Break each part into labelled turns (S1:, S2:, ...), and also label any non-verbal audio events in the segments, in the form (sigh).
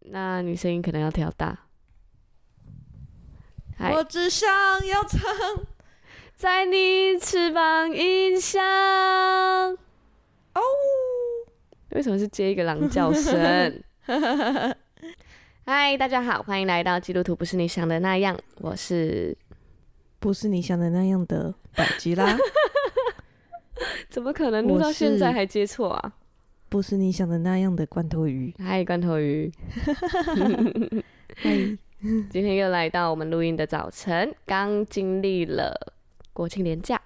S1: 那你声音可能要调大。嗨
S2: 我只想要唱。
S1: 在你翅膀印象。
S2: 哦，
S1: (laughs)
S2: (laughs)
S1: 为什么是接一个狼叫 (laughs) 声？嗨，大家好，欢迎来到基督徒不是你想的那样，我是
S2: 不是你想的那样的百吉拉，
S1: (laughs)
S2: (laughs)
S1: 怎么可能录到
S2: 我是
S1: 现在还接错啊？
S2: 不是你想的那样的罐头鱼。
S1: 嗨，罐头 (laughs) 鱼，
S2: 嗨，
S1: 今天又来到我们录音的早晨，刚经历了国庆连假，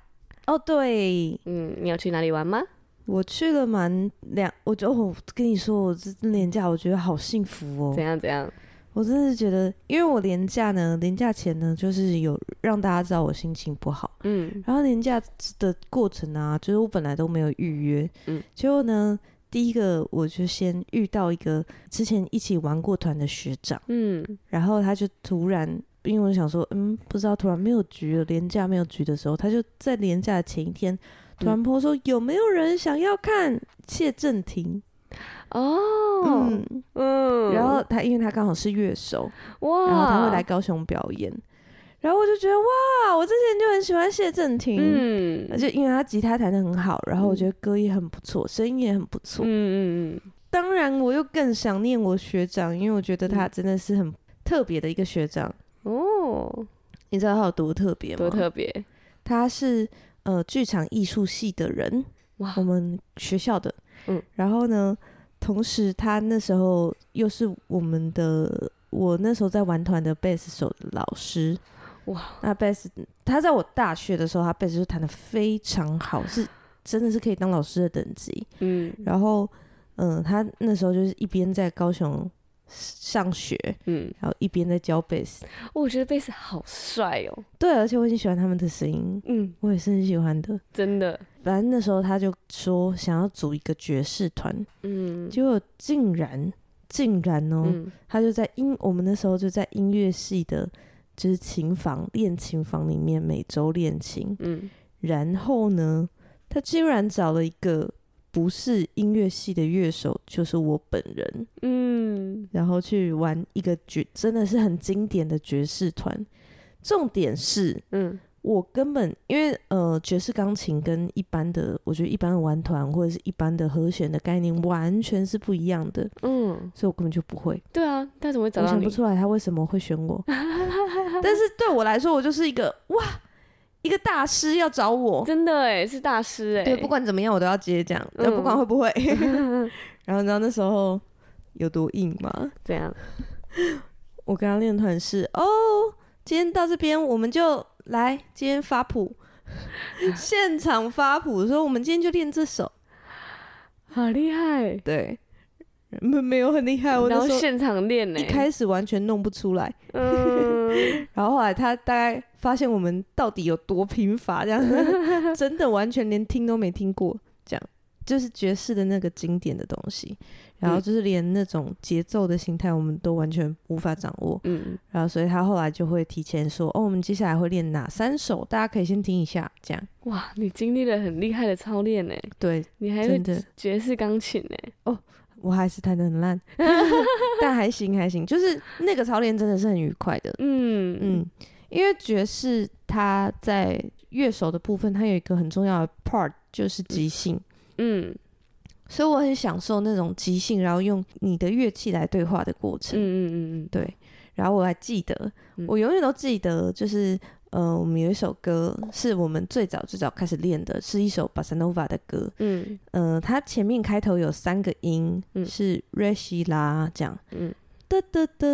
S2: 哦，对，
S1: 嗯，你有去哪里玩吗？
S2: 我去了蛮两，我就、哦、我跟你说，我这廉假我觉得好幸福
S1: 怎
S2: 哦，
S1: 样怎样？
S2: 我真的是觉得，因为我廉假呢，廉假前呢，就是有让大家知道我心情不好，
S1: 嗯，
S2: 然后廉假的过程啊，就是我本来都没有预约，
S1: 嗯
S2: 嗯，结果呢，第一个我就先遇到一个之前一起玩过团的学长。
S1: 嗯，
S2: 然后他就突然，因为我想说，嗯，不知道，突然没有局了，连假没有局的时候，他就在连假的前一
S1: 嗯
S2: 天突然抛说、有没有人想要看谢震廷？
S1: 哦，嗯，
S2: 嗯，然后他因为他刚好是乐手，
S1: 哇，
S2: 然后他会来，高雄表演，然后我就觉得哇，我之前就很喜欢谢震廷，
S1: 嗯
S2: 而且因为他吉他弹的很好，然后我
S1: 嗯
S2: 觉得歌也很不错，声音也很不错，
S1: 嗯嗯
S2: 当然我又更想念我学长，因为我觉得他真的是很特别的一个学长。
S1: 嗯，哦，
S2: 你知道他有多特别吗？
S1: 多特别，
S2: 他是呃剧场艺术系的人，
S1: 哇
S2: 我，们学校的，
S1: 啊嗯，
S2: 然后呢，同时他那时候又是我们的，我那时候在玩团的贝斯手的老师，
S1: 哇，
S2: 那贝斯他在我大学的时候，他贝斯就弹的非常好，是真的是可以当老师的等级。
S1: 嗯
S2: 然后，嗯、他那时候就是一边在高雄上学，
S1: 嗯，
S2: 然后一边在教贝斯，
S1: 我觉得贝斯好帅哦，
S2: 对，而且我很喜欢他们的声音，
S1: 嗯，
S2: 我也是很喜欢的。
S1: 真的，
S2: 反正那时候他就说想要组一个爵士团，
S1: 嗯
S2: 结果竟然竟然哦，
S1: 嗯
S2: 他就在音我们那时候就在音乐系的，就是琴房练琴房里面每周练琴，
S1: 嗯，
S2: 然后呢，他竟然找了一个不是音乐系的乐手，就是我本人，
S1: 嗯，
S2: 然后去玩一个爵，真的是很经典的爵士团。重点是，
S1: 嗯，
S2: 我根本因为呃，爵士钢琴跟一般的，我觉得一般的玩团或者是一般的和弦的概念完全是不一样的，
S1: 嗯，
S2: 所以我根本就不会，
S1: 对啊，他怎么会找
S2: 我
S1: 到
S2: 想
S1: (laughs) 你
S2: 不？出来他为什么会选我。但是对我来说，我就是一个哇，一个大师要找我，
S1: 真的哎，是大师哎，
S2: 对，不管怎么样我都要接这样，呃
S1: 嗯
S2: 不管会不会。然后你知道那时候有多硬吗？
S1: 怎样，
S2: 我跟他练团是哦，今天到这边我们就来，今天发谱， (laughs) 现场发谱，说我们今天就练这首，
S1: 好厉害，
S2: 对，没没有很厉害，我
S1: 然
S2: 那
S1: 后
S2: 时候
S1: 现场练呢
S2: 一，开始完全弄不出来，
S1: (laughs) 嗯，
S2: 然后后来他大概发现我们到底有多贫乏，这样 (laughs) 真的完全连听都没听过，这样就是爵士的那个经典的东西，然后
S1: 嗯
S2: 就是连那种节奏的心态我们都完全无法掌握，
S1: 嗯，
S2: 然后所以他后来就会提前说，哦，我们接下来会练哪三首，大家可以先听一下，这样
S1: 哇，你经历了很厉害的操练呢，
S2: 对
S1: 你还会
S2: 真的
S1: 爵士钢琴欸呢，
S2: 我还是弹的很 (laughs) 烂，但还行还行，就是那个操练真的是很愉快的，
S1: 嗯
S2: 嗯，因为爵士它在乐手的部分，它有一个很重要的 part 就是即兴，
S1: 嗯
S2: 所以我很享受那种即兴，然后用你的乐器来对话的过
S1: 嗯
S2: 程，
S1: 嗯嗯
S2: 对。然后我还记得，
S1: 嗯
S2: 我永远都记得，就是呃，我们有一首歌是我们最早最早开始练的，是一首 bossa nova 的歌。
S1: 嗯
S2: 呃，它前面开头有三个音，
S1: 嗯
S2: 是 re si la 这样，
S1: 嗯
S2: 哒哒哒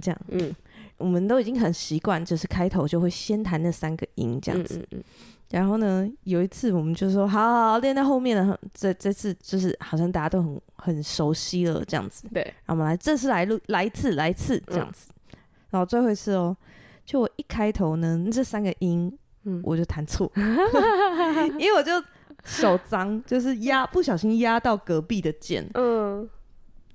S2: 这样。
S1: 嗯嗯，
S2: 我们都已经很习惯，就是开头就会先弹那三个音这样子。
S1: 嗯，嗯
S2: 然后呢，有一次我们就说，好好好，练到后面了，这这次就是好像大家都很很熟悉了这样子。
S1: 嗯对，嗯
S2: 然后我们来这次来录来一次来一次这样子，然后最后一次哦，就我一开头呢，这三个音
S1: 嗯
S2: 我就弹
S1: (laughs)
S2: 错， (laughs) 因为我就手脏，就是压不小心压到隔壁的键，
S1: 嗯，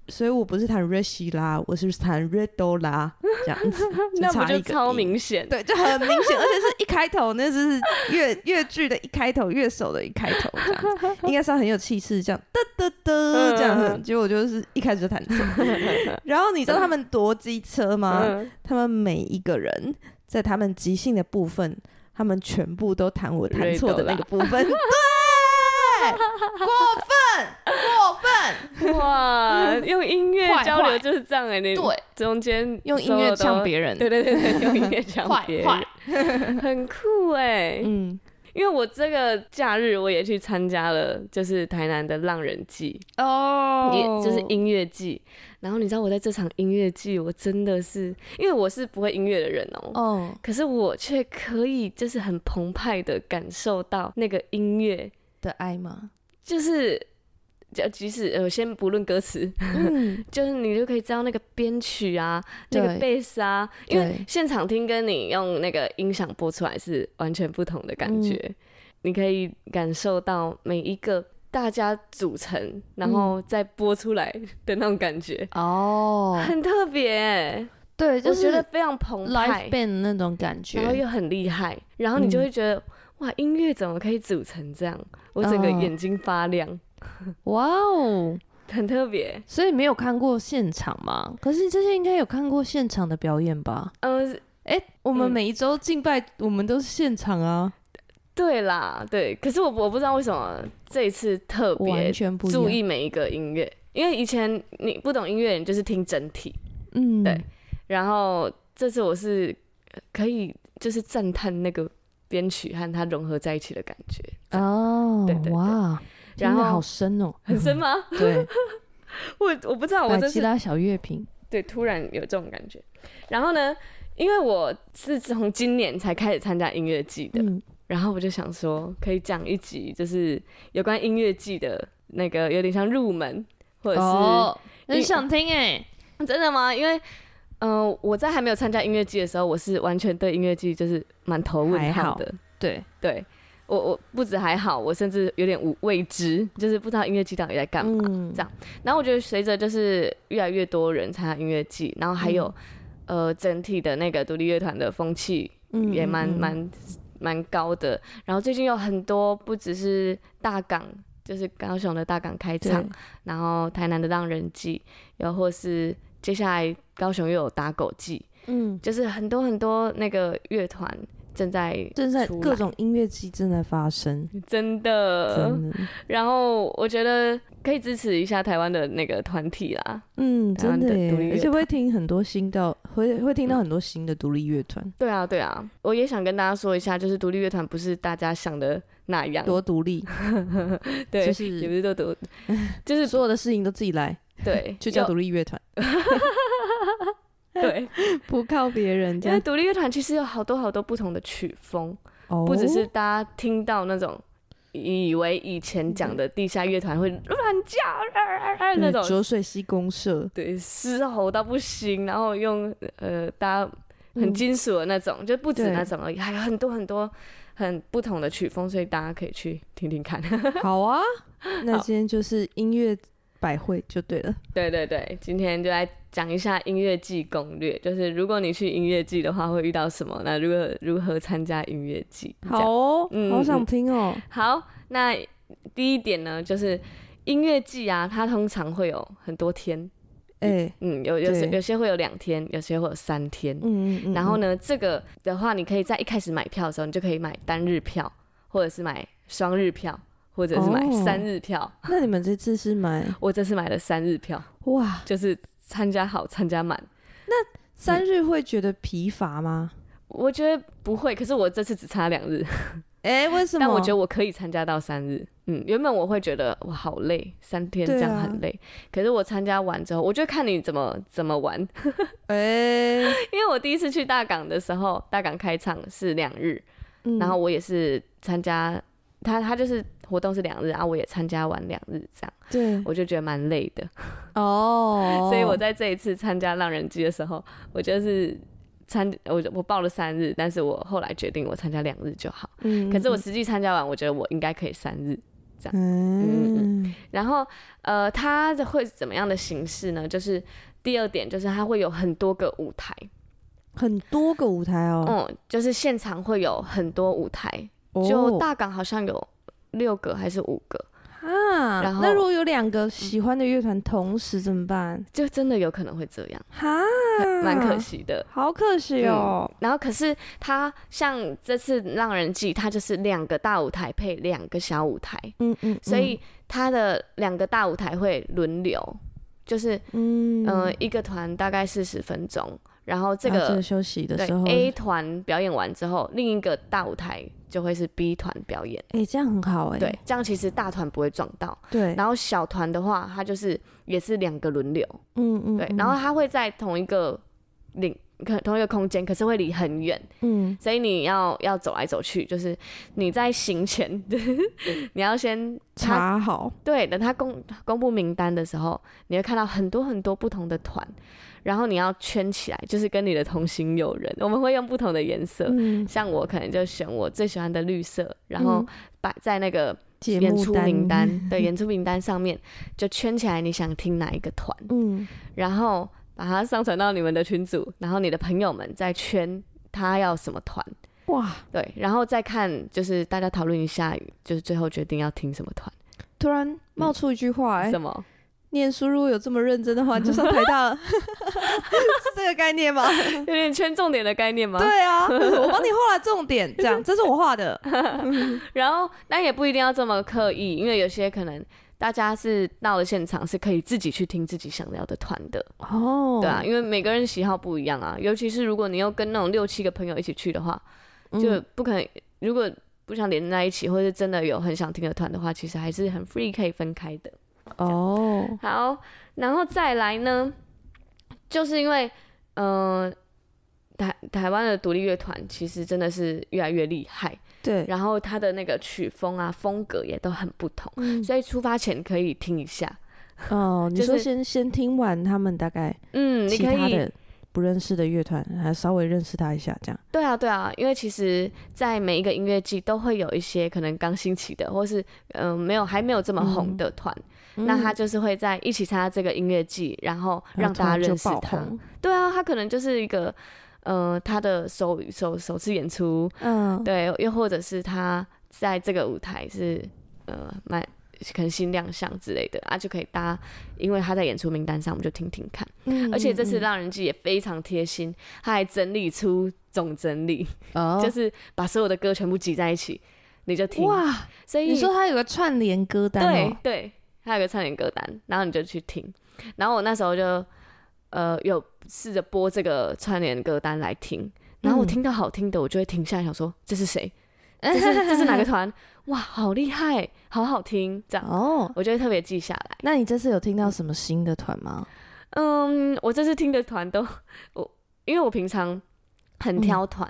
S3: 所以我不是弹 r e s h i 啦，我是弹 r e d o 啦，这样子
S1: 那不
S3: 差
S1: 就
S3: 一个
S1: 超
S3: 音
S1: 明显？
S3: 对，就很明显，而且是一开头，那就是越越剧的一开头，乐手的一开头，这样子，应该是要很有气势，这样嘚嘚嘚这样
S1: 嗯
S3: 很。结果我就是一开始就弹
S1: (laughs)
S3: 错。然后你知道他们多机车吗？
S1: 嗯，
S3: 他们每一个人在他们即兴的部分，他们全部都弹我弹错的那个部分，对，过分，过分。
S1: (laughs) 哇，用音乐
S2: 坏
S1: 交流
S2: 坏
S1: 就是这样哎，你
S2: 对，
S1: 中间
S2: 用音
S1: solo
S2: 乐
S1: 都
S2: 呛别人，
S1: 对对对对，用音乐讲
S2: 坏
S1: 别
S2: 坏
S1: 人， (laughs) 很酷哎、
S3: 嗯，
S1: 因为我这个假日我也去参加了，就是台南的浪人季，也
S2: 哦
S1: 就是音乐季。然后你知道我在这场音乐季，我真的是因为我是不会音乐的人哦、
S3: 哦，
S1: 可是我却可以就是很澎湃的感受到那个音乐，
S3: 的爱
S1: (laughs)
S3: 吗？
S1: 就是。就即使呃，先不论歌词，
S3: 嗯，
S1: 就是你就可以知道那个编曲啊，那个
S3: 对
S1: 贝斯啊，因为
S3: 对
S1: 现场听跟你用那个音响播出来是完全不同的感觉，
S2: 嗯
S1: 你可以感受到每一个大家组成，然后再播出来的那种感觉，
S2: 嗯哦，
S1: 很特别欸、
S2: (laughs) 对，就
S1: 我觉得
S2: 是
S1: 非常澎
S2: live
S1: 湃，
S2: band 那种感觉
S1: 然，后又很厉害，然后你就
S3: 嗯
S1: 会觉得、哇，音乐怎么可以组成这样？我整个
S2: 嗯
S1: 眼睛发亮，
S2: 哇哦，
S1: 很特别。
S2: 所以没有看过现场嘛？可是这些应该有看过现场的表演吧？
S1: 嗯、
S2: 哎，我们
S1: 嗯
S2: 每一周敬拜，我们都是现场啊，
S1: 对啦，对，可是我我不知道为什么这一次特别
S2: 完全不一样
S1: 注意每一个音乐，因为以前你不懂音乐，你就是听整体。
S2: 嗯，
S1: 对然后这次我是呃可以就是赞叹那个编曲和它融合在一起的感觉，
S2: 哦
S1: 对对，对
S2: 哇，
S1: 然
S2: 真
S1: 后
S2: 的好
S1: (laughs)
S2: 深哦，
S1: 很深吗？
S2: 对，
S1: 我我不知道，我
S2: 百
S1: 这
S2: 吉
S1: 次
S2: 拉小乐评，
S1: 对突然有这种感觉。然后呢，因为我是从今年才开始参加音乐季的，
S2: 嗯，
S1: 然后我就想说可以讲一集，就是有关音乐季的那个有点像入门或者是、
S2: 哦，很
S1: 因
S2: 想听哎，
S1: 真的吗？因为，嗯、我在还没有参加音乐季的时候，我是完全对音乐季就是满头问号的。
S2: 对，
S1: 对我，我不止还好，我甚至有点无未知，就是不知道音乐季到底在干嘛。
S2: 嗯
S1: 这样然后我觉得随着就是越来越多人参加音乐季，然后还有、呃整体的那个独立乐团的风气
S2: 嗯
S1: 也蛮
S2: 嗯嗯
S1: 蛮蛮高的。然后最近有很多不只是大港，就是高雄的大港开唱
S2: 对，
S1: 然后台南的浪人季，又或是接下来高雄又有打狗季，
S2: 嗯，
S1: 就是很多很多那个乐团正在
S3: 正在
S1: 出来
S3: 各种音乐季正在发生，
S1: 真的，
S3: 真的。
S1: 然后我觉得可以支持一下台湾的那个团体啦。
S3: 嗯，
S1: 台湾
S3: 真的
S1: 的独
S3: 耶，
S1: 立乐嗯
S3: 而且会听很多新到，会会听到很多新的独立乐团，
S1: 对啊，对啊，我也想跟大家说一下，就是独立乐团不是大家想的那样，
S3: 多独立，
S1: 嗯对，
S3: 就
S1: 也不
S3: 是
S1: 是都独，就是
S3: 所有的事情都自己来， (laughs)
S1: 对，
S3: 就叫
S1: 有
S3: 独立乐团，
S1: (laughs) 对，
S3: 不靠别人这
S1: 因为
S3: 样，
S1: 独立乐团其实有好多好多不同的曲风，
S3: 哦
S1: 不只是大家听到那种以为以前讲的地下乐团会乱叫、啊啊啊那
S3: 对
S1: 种，
S3: 浊水溪公社，
S1: (laughs) 对，嘶吼到不行，然后用呃大家很金属的那种，就不止
S3: 对
S1: 那种而已，还有很多很多很不同的曲风，所以大家可以去听听看。 (laughs)
S3: 好啊，那
S1: 好
S3: 今天就是音乐百汇就对了，
S1: 对对对，今天就来讲一下音乐季攻略，就是如果你去音乐季的话会遇到什么，那如何如何参加音乐季？这样
S3: 好哦
S1: 嗯，
S3: 好想听哦，
S1: 好，那第一点呢，就是音乐季啊，它通常会有很多天，
S3: 哎，
S1: 嗯，有有些
S3: 对
S1: 有些会有两天，有些会有三天。
S3: 嗯嗯嗯，
S1: 然后呢，这个的话，你可以在一开始买票的时候，你就可以买单日票，或者是买双日票，或者是买
S3: 哦
S1: 三日票。
S3: 嗯，那你们这次是
S1: (laughs)
S3: 买
S1: 我这次买了三日票，
S3: 哇，
S1: 就是参加好参加满。
S3: 三日会觉得疲乏吗？
S1: 我觉得不会，可是我这次只差两日，
S3: 哎，为什么？
S1: 但我觉得我可以参加到三日。嗯，原本我会觉得我好累，三天这
S3: 对啊
S1: 样很累。可是我参加完之后，我就看你怎么怎么玩。 (laughs)
S3: 哎，
S1: 因为我第一次去大港的时候，大港开场是两日，
S3: 嗯
S1: 然后我也是参加，他他就是活动是两日，然后我也参加完两日这样， (laughs)
S3: 对
S1: 我就觉得蛮累的。
S3: 哦，
S1: 所以我在这一次参加浪人季的时候，我就是参我我报了三日，但是我后来决定我参加两日就好。
S3: 嗯，
S1: 可是我实际参加完，我觉得我应该可以三日，这样。
S3: 嗯嗯
S1: 然后呃，它的会怎么样的形式呢？就是第二点，就是它会有很多个舞台，
S3: 很多个舞台哦，
S1: 嗯，就是现场会有很多舞台，
S3: 哦
S1: 嗯就大港好像有六个还是五个，
S3: 啊。
S1: 然后
S3: 那如果有两个喜欢的乐团同时怎么办？
S1: 就真的有可能会这样，
S3: 哈，嗯
S1: 蛮可，惜的。
S3: 好可惜哦。
S1: 然后可是它像这次《浪人记》，它就是两个大舞台配两个小舞台，
S3: 嗯嗯，
S1: 所以它的两个大舞台会轮流，就是
S3: 嗯
S1: 呃，一个团大概四十分钟，然后这
S3: 啊
S1: 个、
S3: 休息的
S1: 对
S3: 时候
S1: A 团表演完之后，另一个大舞台就会是 B 团表演。
S3: 哎、这样很好哎、
S1: 对，这样其实大团不会撞到，
S3: 对，
S1: 然后小团的话，它就是也是两个轮流，
S3: 嗯嗯，
S1: 对，
S3: 嗯
S1: 然后它会在同一个领可同一个空间，可是会离很远，
S3: 嗯
S1: 所以你要要走来走去，就是你在行前， (laughs) 你要先它
S3: 查好，
S1: 对，等他公公布名单的时候，你会看到很多很多不同的团，然后你要圈起来，就是跟你的同行友人，我们会用不同的颜色，
S3: 嗯，
S1: 像我可能就选我最喜欢的绿色，然后
S3: 嗯
S1: 摆在那个
S3: 节
S1: 演
S3: 目
S1: 出
S3: 单
S1: 名单， (laughs) 对，演出名单上面就圈起来你想听哪一个团，
S3: 嗯，
S1: 然后把它上传到你们的群组，然后你的朋友们再圈他要什么团，
S3: 哇，
S1: 对，然后再看就是大家讨论一下，就是最后决定要听什么团，
S3: 突然冒出一句话、哎、
S1: 嗯什么？ (laughs)
S3: 念书如果有这么认真的话，你就上台大了， (laughs) 是这个概念吗？
S1: 有点圈重点的概念吗？
S3: 对
S2: (laughs)
S3: 啊，我帮你画了重点，这样，这是我画的，
S1: 然后，但也不一定要这么刻意，因为有些可能大家是到了现场是可以自己去听自己想要的团的，
S3: 哦
S1: 对啊，，因为每个人喜好不一样啊。尤其是如果你又跟那种六七个朋友一起去的话，
S3: 嗯
S1: 就不可能。如果不想连在一起，或是真的有很想听的团的话，其实还是很 free 可以分开的。
S3: 哦，
S1: 好，然后再来呢，就是因为嗯、呃台台湾的独立乐团其实真的是越来越厉害，
S3: 对，
S1: 然后它的那个曲风啊、风格也都很不同，
S3: 嗯
S1: 所以出发前可以听一下。
S3: 哦，你
S1: 就
S3: 说
S1: 是
S3: 先先听完他们大概
S1: 嗯，你
S3: 其
S1: 可
S3: 他
S1: 以，
S3: 的不认识的乐团，还稍微认识他一下，这样，
S1: 对啊，对啊，因为其实，在每一个音乐季都会有一些可能刚兴起的，或是嗯、呃没有还没有这么
S3: 嗯
S1: 红的团，
S2: 嗯
S1: 那他就是会在一起参加这个音乐季，然后
S3: 然
S1: 让
S3: 后
S1: 大家
S3: 突然就
S1: 认识
S3: 爆
S1: 他。
S3: 红
S1: 对啊，他可能就是一个，呃，他的首首首次演出，
S3: 嗯，
S1: 对，又或者是他在这个舞台是呃蛮可能新亮相之类的啊，就可以大家因为他在演出名单上，我们就听听看。
S3: 嗯
S1: 而且这
S3: 嗯
S1: 次让人记也非常贴心，他还整理出总整理，
S2: 哦
S1: 就是把所有的歌全部集在一起，你就听。
S2: 哇，
S1: 所以
S2: 你说它有个串联歌单
S1: 对
S2: 哦，
S1: 对，他有个唱点歌单，然后你就去听。然后我那时候就呃有试着播这个串联歌单来听，然后我
S2: 嗯
S1: 听到好听的，我就会停下来想说这是谁，这
S2: (laughs)
S1: 是这是哪个团？哇，好厉害，好好听，这样
S2: 哦，
S1: 我就会特别记下来。
S2: 那你这次有听到什么新的团吗？
S1: 嗯，我这次听的团都我，因为我平常很
S2: 嗯
S1: 挑团，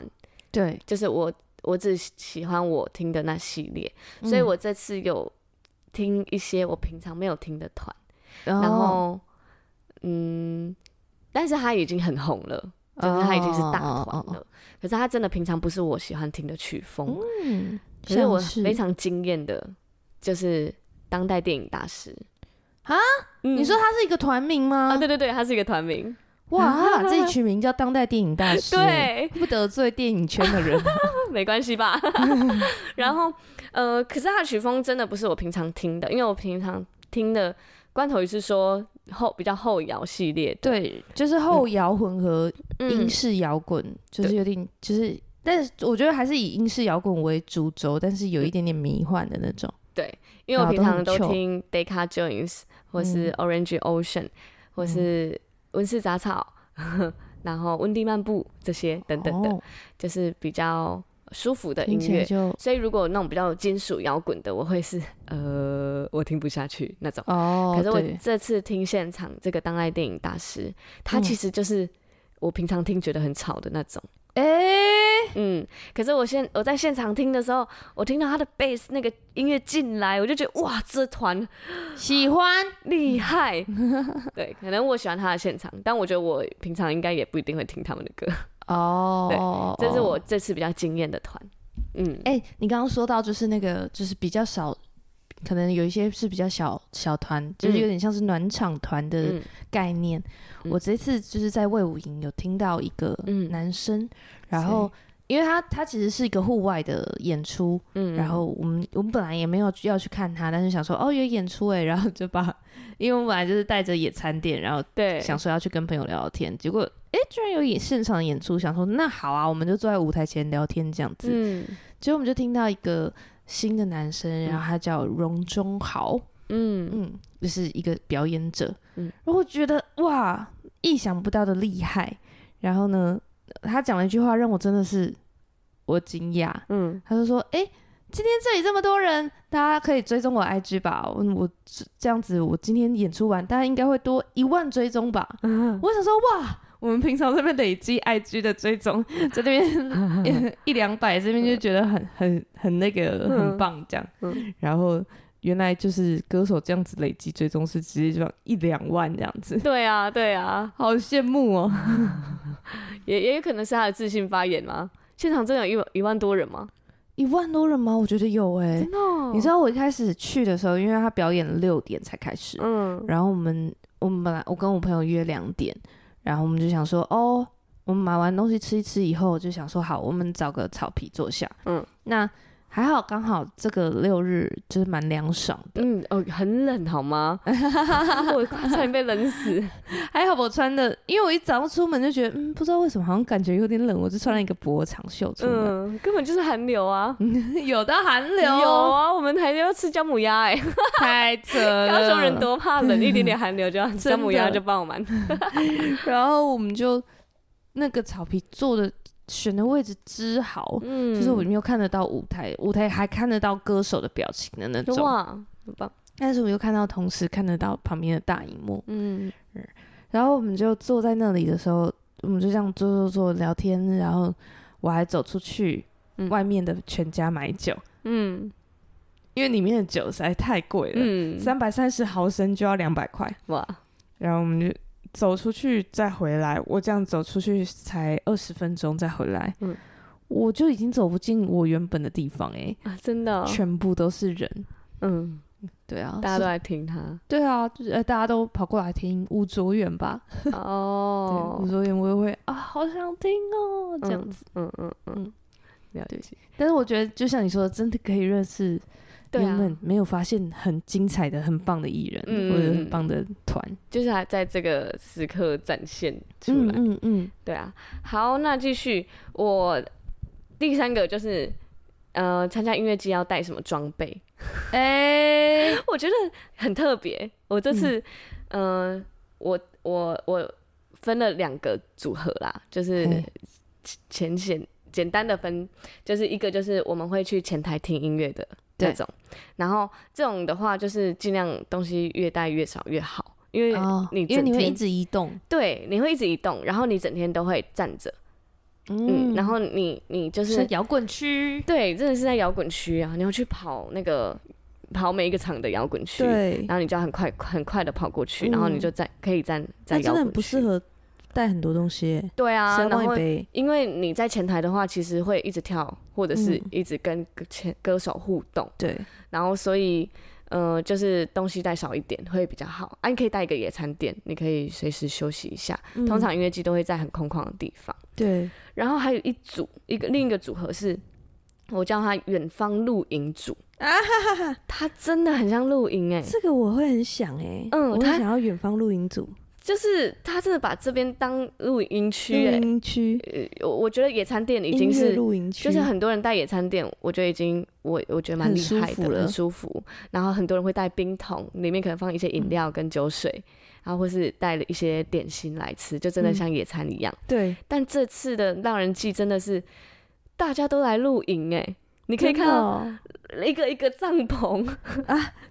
S2: 对，
S1: 就是我我只喜欢我听的那系列，所
S2: 嗯
S1: 以我这次有听一些我平常没有听的团，
S2: 然
S1: 然
S2: 哦
S1: 后嗯，但是他已经很红了，就是他已经是大团了，
S2: 哦哦哦
S1: 可是他真的平常不是我喜欢听的曲风，
S2: 嗯，
S1: 可是我
S2: 像是
S1: 非常惊艳的，就是当代电影大师
S2: 啊，
S1: 嗯
S2: 你说它是一个团名
S1: 啊，
S2: 吗？
S1: 对对对，他是一个团名，(laughs)
S2: 哇，它自己取名叫当代电影大师，，
S1: 对。
S2: 不得罪电影圈
S1: (laughs)
S2: 的人，
S1: 没关系
S2: (laughs)
S1: 吧？然后，呃，可是他的曲风真的不是我平常听的，因为我平常听的关头鱼是说后比较后摇系列的，
S2: 对，就是后摇混合英
S1: 嗯，
S2: 式摇滚，就是
S1: 对
S2: 有点就是。但是我觉得还是以英式摇滚为主轴，但是有一点点迷幻的那种。
S1: 对，因为我
S2: 啊
S1: 平
S2: 都
S1: 常
S2: 很嗯
S1: 都
S2: chill
S1: 听 Decca Jones 或是 Orange Ocean
S2: 嗯
S1: 或是温室杂草， (laughs) 然后温蒂漫步这些等等的，
S2: 哦
S1: 就是比较舒服的
S2: 听
S1: 音
S2: 起来
S1: 乐。
S2: 就
S1: 所以如果那种比较金属摇滚的，我会是呃，我听不下去那种。
S2: 哦，
S1: 可是我
S2: 对
S1: 这次听现场这个当代电影大师，他
S2: 嗯
S1: 其实就是我平常听觉得很吵的那种。
S2: 哎、
S1: 嗯，可是我现我在现场听的时候，我听到他的 bass 那个音乐进来，我就觉得哇，这团
S2: 喜欢
S1: 厉
S2: (laughs)
S1: 害。对，可能我喜欢他的现场，但我觉得我平常应该也不一定会听他们的歌。
S2: 哦，
S1: 这是我这次比较惊艳的团。嗯，
S2: 哎、你刚刚说到就是那个就是比较少可能有一些是比较小小团，就是有点像是暖场团的
S1: 嗯
S2: 概念。
S1: 嗯
S2: 我这次就是在魏武营有听到一个
S1: 嗯
S2: 男生，然后因为他他其实是一个户外的演出，
S1: 嗯，
S2: 然后我们我们本来也没有要去看他，但是想说哦有演出 (laughs) 哎，然后就把，因为我们本来就是带着野餐垫，然后
S1: 对，
S2: 想说要去跟朋友聊聊天，结果哎居然有演现场演出，想说那好啊，我们就坐在舞台前聊天这样子，
S1: 嗯
S2: 结果我们就听到一个新的男生，然后他叫荣中豪，
S1: 嗯
S2: 嗯，就是一个表演者，
S1: 嗯
S2: 嗯，然后我觉得哇，意想不到的厉害。然后呢，他讲了一句话让我真的是我惊讶，
S1: 嗯，
S2: 他就说：“哎、今天这里这么多人，大家可以追踪我 IG 吧。我我这样子，我今天演出完，大家应该会多一万追踪吧。
S1: 嗯
S2: 我想说，哇，我们平常这边累积 IG 的
S1: (laughs)
S2: 追踪，在那边一两百，这边就觉得很很很那个
S1: 嗯
S2: 很棒这样。
S1: 嗯
S2: 然后原来就是歌手这样子累积追踪是直接就一两万这样
S1: (laughs)
S2: 子，
S1: 对啊对啊，
S2: 好羡慕哦。
S1: 也也有可能是他的自信发言吗？现场真的有一万一万多人吗？
S2: 一万多人吗？我觉得有哎、
S1: 真的哦，
S2: 你知道我一开始去的时候，因为他表演六点才开始，
S1: 嗯
S2: 然后我们我们本来我跟我朋友约两点，然后我们就想说，哦，我们买完东西吃一吃以后，就想说好，我们找个草皮坐下。
S1: 嗯，
S2: 那还好，刚好这个六日就是蛮凉爽的，
S1: 嗯哦，很冷好 (laughs) 吗？我快差点被冷死。
S2: 还好我穿的，因为我一早上出门就觉得，嗯，不知道为什么好像感觉有点冷，我就穿了一个薄长袖出门，
S1: 嗯，根本就是寒流啊！
S2: (laughs) 有到寒流
S1: 有
S2: 哦，
S1: 啊，我们台要吃姜母鸭 (laughs) 哎、
S2: 太扯了，
S1: (laughs) 高雄人多怕冷，一点点寒流就要
S2: 的
S1: 姜母鸭就爆满。
S2: 然后我们就那个草皮坐的选的位置之好，
S1: 嗯
S2: 就是我没有看得到舞台，舞台还看得到歌手的表情的那种，
S1: 哇，很棒。
S2: 但是我又看到同时看得到旁边的大荧幕，
S1: 嗯
S2: 然后我们就坐在那里的时候，我们就这样坐坐坐聊天，然后我还走出去、
S1: 嗯
S2: 外面的全家买酒，
S1: 嗯
S2: 因为里面的酒实在太贵了，
S1: 嗯，
S2: 三百三十毫升就要两百块，
S1: 哇，
S2: 然后我们就走出去再回来，我这样走出去才二十分钟再回来，
S1: 嗯
S2: 我就已经走不进我原本的地方哎、
S1: 啊真的哦、
S2: 全部都是人，
S1: 嗯，
S2: 对啊，
S1: 大家
S2: 是
S1: 都来听 (laughs) 他
S2: 对啊，就是呃，大家都跑过来听吴卓远吧？
S1: 哦
S2: 对，吴，卓远我也会啊，好想听哦，这样子。
S1: 嗯嗯嗯
S2: 嗯，
S1: 了解。
S2: 但是我觉得，就像你说的，真的可以认识
S1: 对
S2: 原
S1: 啊，
S2: 本没有发现很精彩的、很棒的艺人，
S1: 嗯
S2: 或者很棒的团
S1: 就是还在这个时刻展现出来。
S2: 嗯嗯
S1: 对啊，好，那继续，我第三个就是，呃，参加音乐季要带什么装备？
S2: 嗯，哎，
S1: (laughs) 我觉得很特别。我这次，嗯，我我我分了两个组合啦，就是
S2: 嘿
S1: 浅显简单的分，就是一个就是我们会去前台听音乐的那
S2: 对
S1: 种，然后这种的话就是尽量东西越带越少越好，因为
S2: 哦，
S1: 你
S2: 因为
S1: 整
S2: 你会一
S1: 天
S2: 直移动，
S1: 对你会一直移动，然后你整天都会站着，嗯，然后你你就是是
S2: 摇滚区，
S1: 对，真的是在摇滚区啊，你要去跑那个跑每一个场的摇滚区，
S3: 对，
S1: 然后你就要很快很快的跑过去，然后你
S3: 嗯
S1: 就站可以站在
S3: 那真的
S1: 摇滚
S3: 很不
S1: 区
S3: 适。合带很多东西耶，
S1: 对啊
S3: 谁要，帮
S1: 然
S3: 你
S1: 后
S3: 背？
S1: 因为你在前台的话，其实会一直跳，或者是
S3: 嗯
S1: 一直跟歌前歌手互动，
S3: 对，
S1: 然后所以呃，就是东西带少一点会比较好。啊，你可以带一个野餐垫，你可以随时休息一下。
S3: 嗯
S2: 嗯
S1: 通常音乐季都会在很空旷的地方。
S3: 对，
S1: 然后还有一组，一个另一个组合是，我叫它远方露营组啊
S3: 啊，
S1: 它真的很像露营哎、
S3: 这个我会很想哎，
S1: 嗯
S3: 我会
S1: 他
S3: 想要远方露营组、
S1: 就是它真的把这边当露营
S3: 露
S1: 区哎、呃
S3: 营区、
S1: 我我觉得野餐店已
S3: 嗯音
S1: 经
S3: 乐
S1: 是，
S3: 露营区，
S1: 就是很多人带野餐店，我觉得已经我我觉得蛮
S3: 很
S1: 厉
S3: 舒
S1: 害的，
S3: 服了
S1: 很舒服。然后很多人会带冰桶，里面可能放一些饮料跟酒水，然后或是带了一些点心来吃，就真的
S3: 嗯
S1: 像野餐一样。
S3: 对，
S1: 但这次的让人记真的是大家都来露营哎、你可以看到
S3: 到
S2: (laughs)
S1: 一个一个帐篷，
S3: (laughs)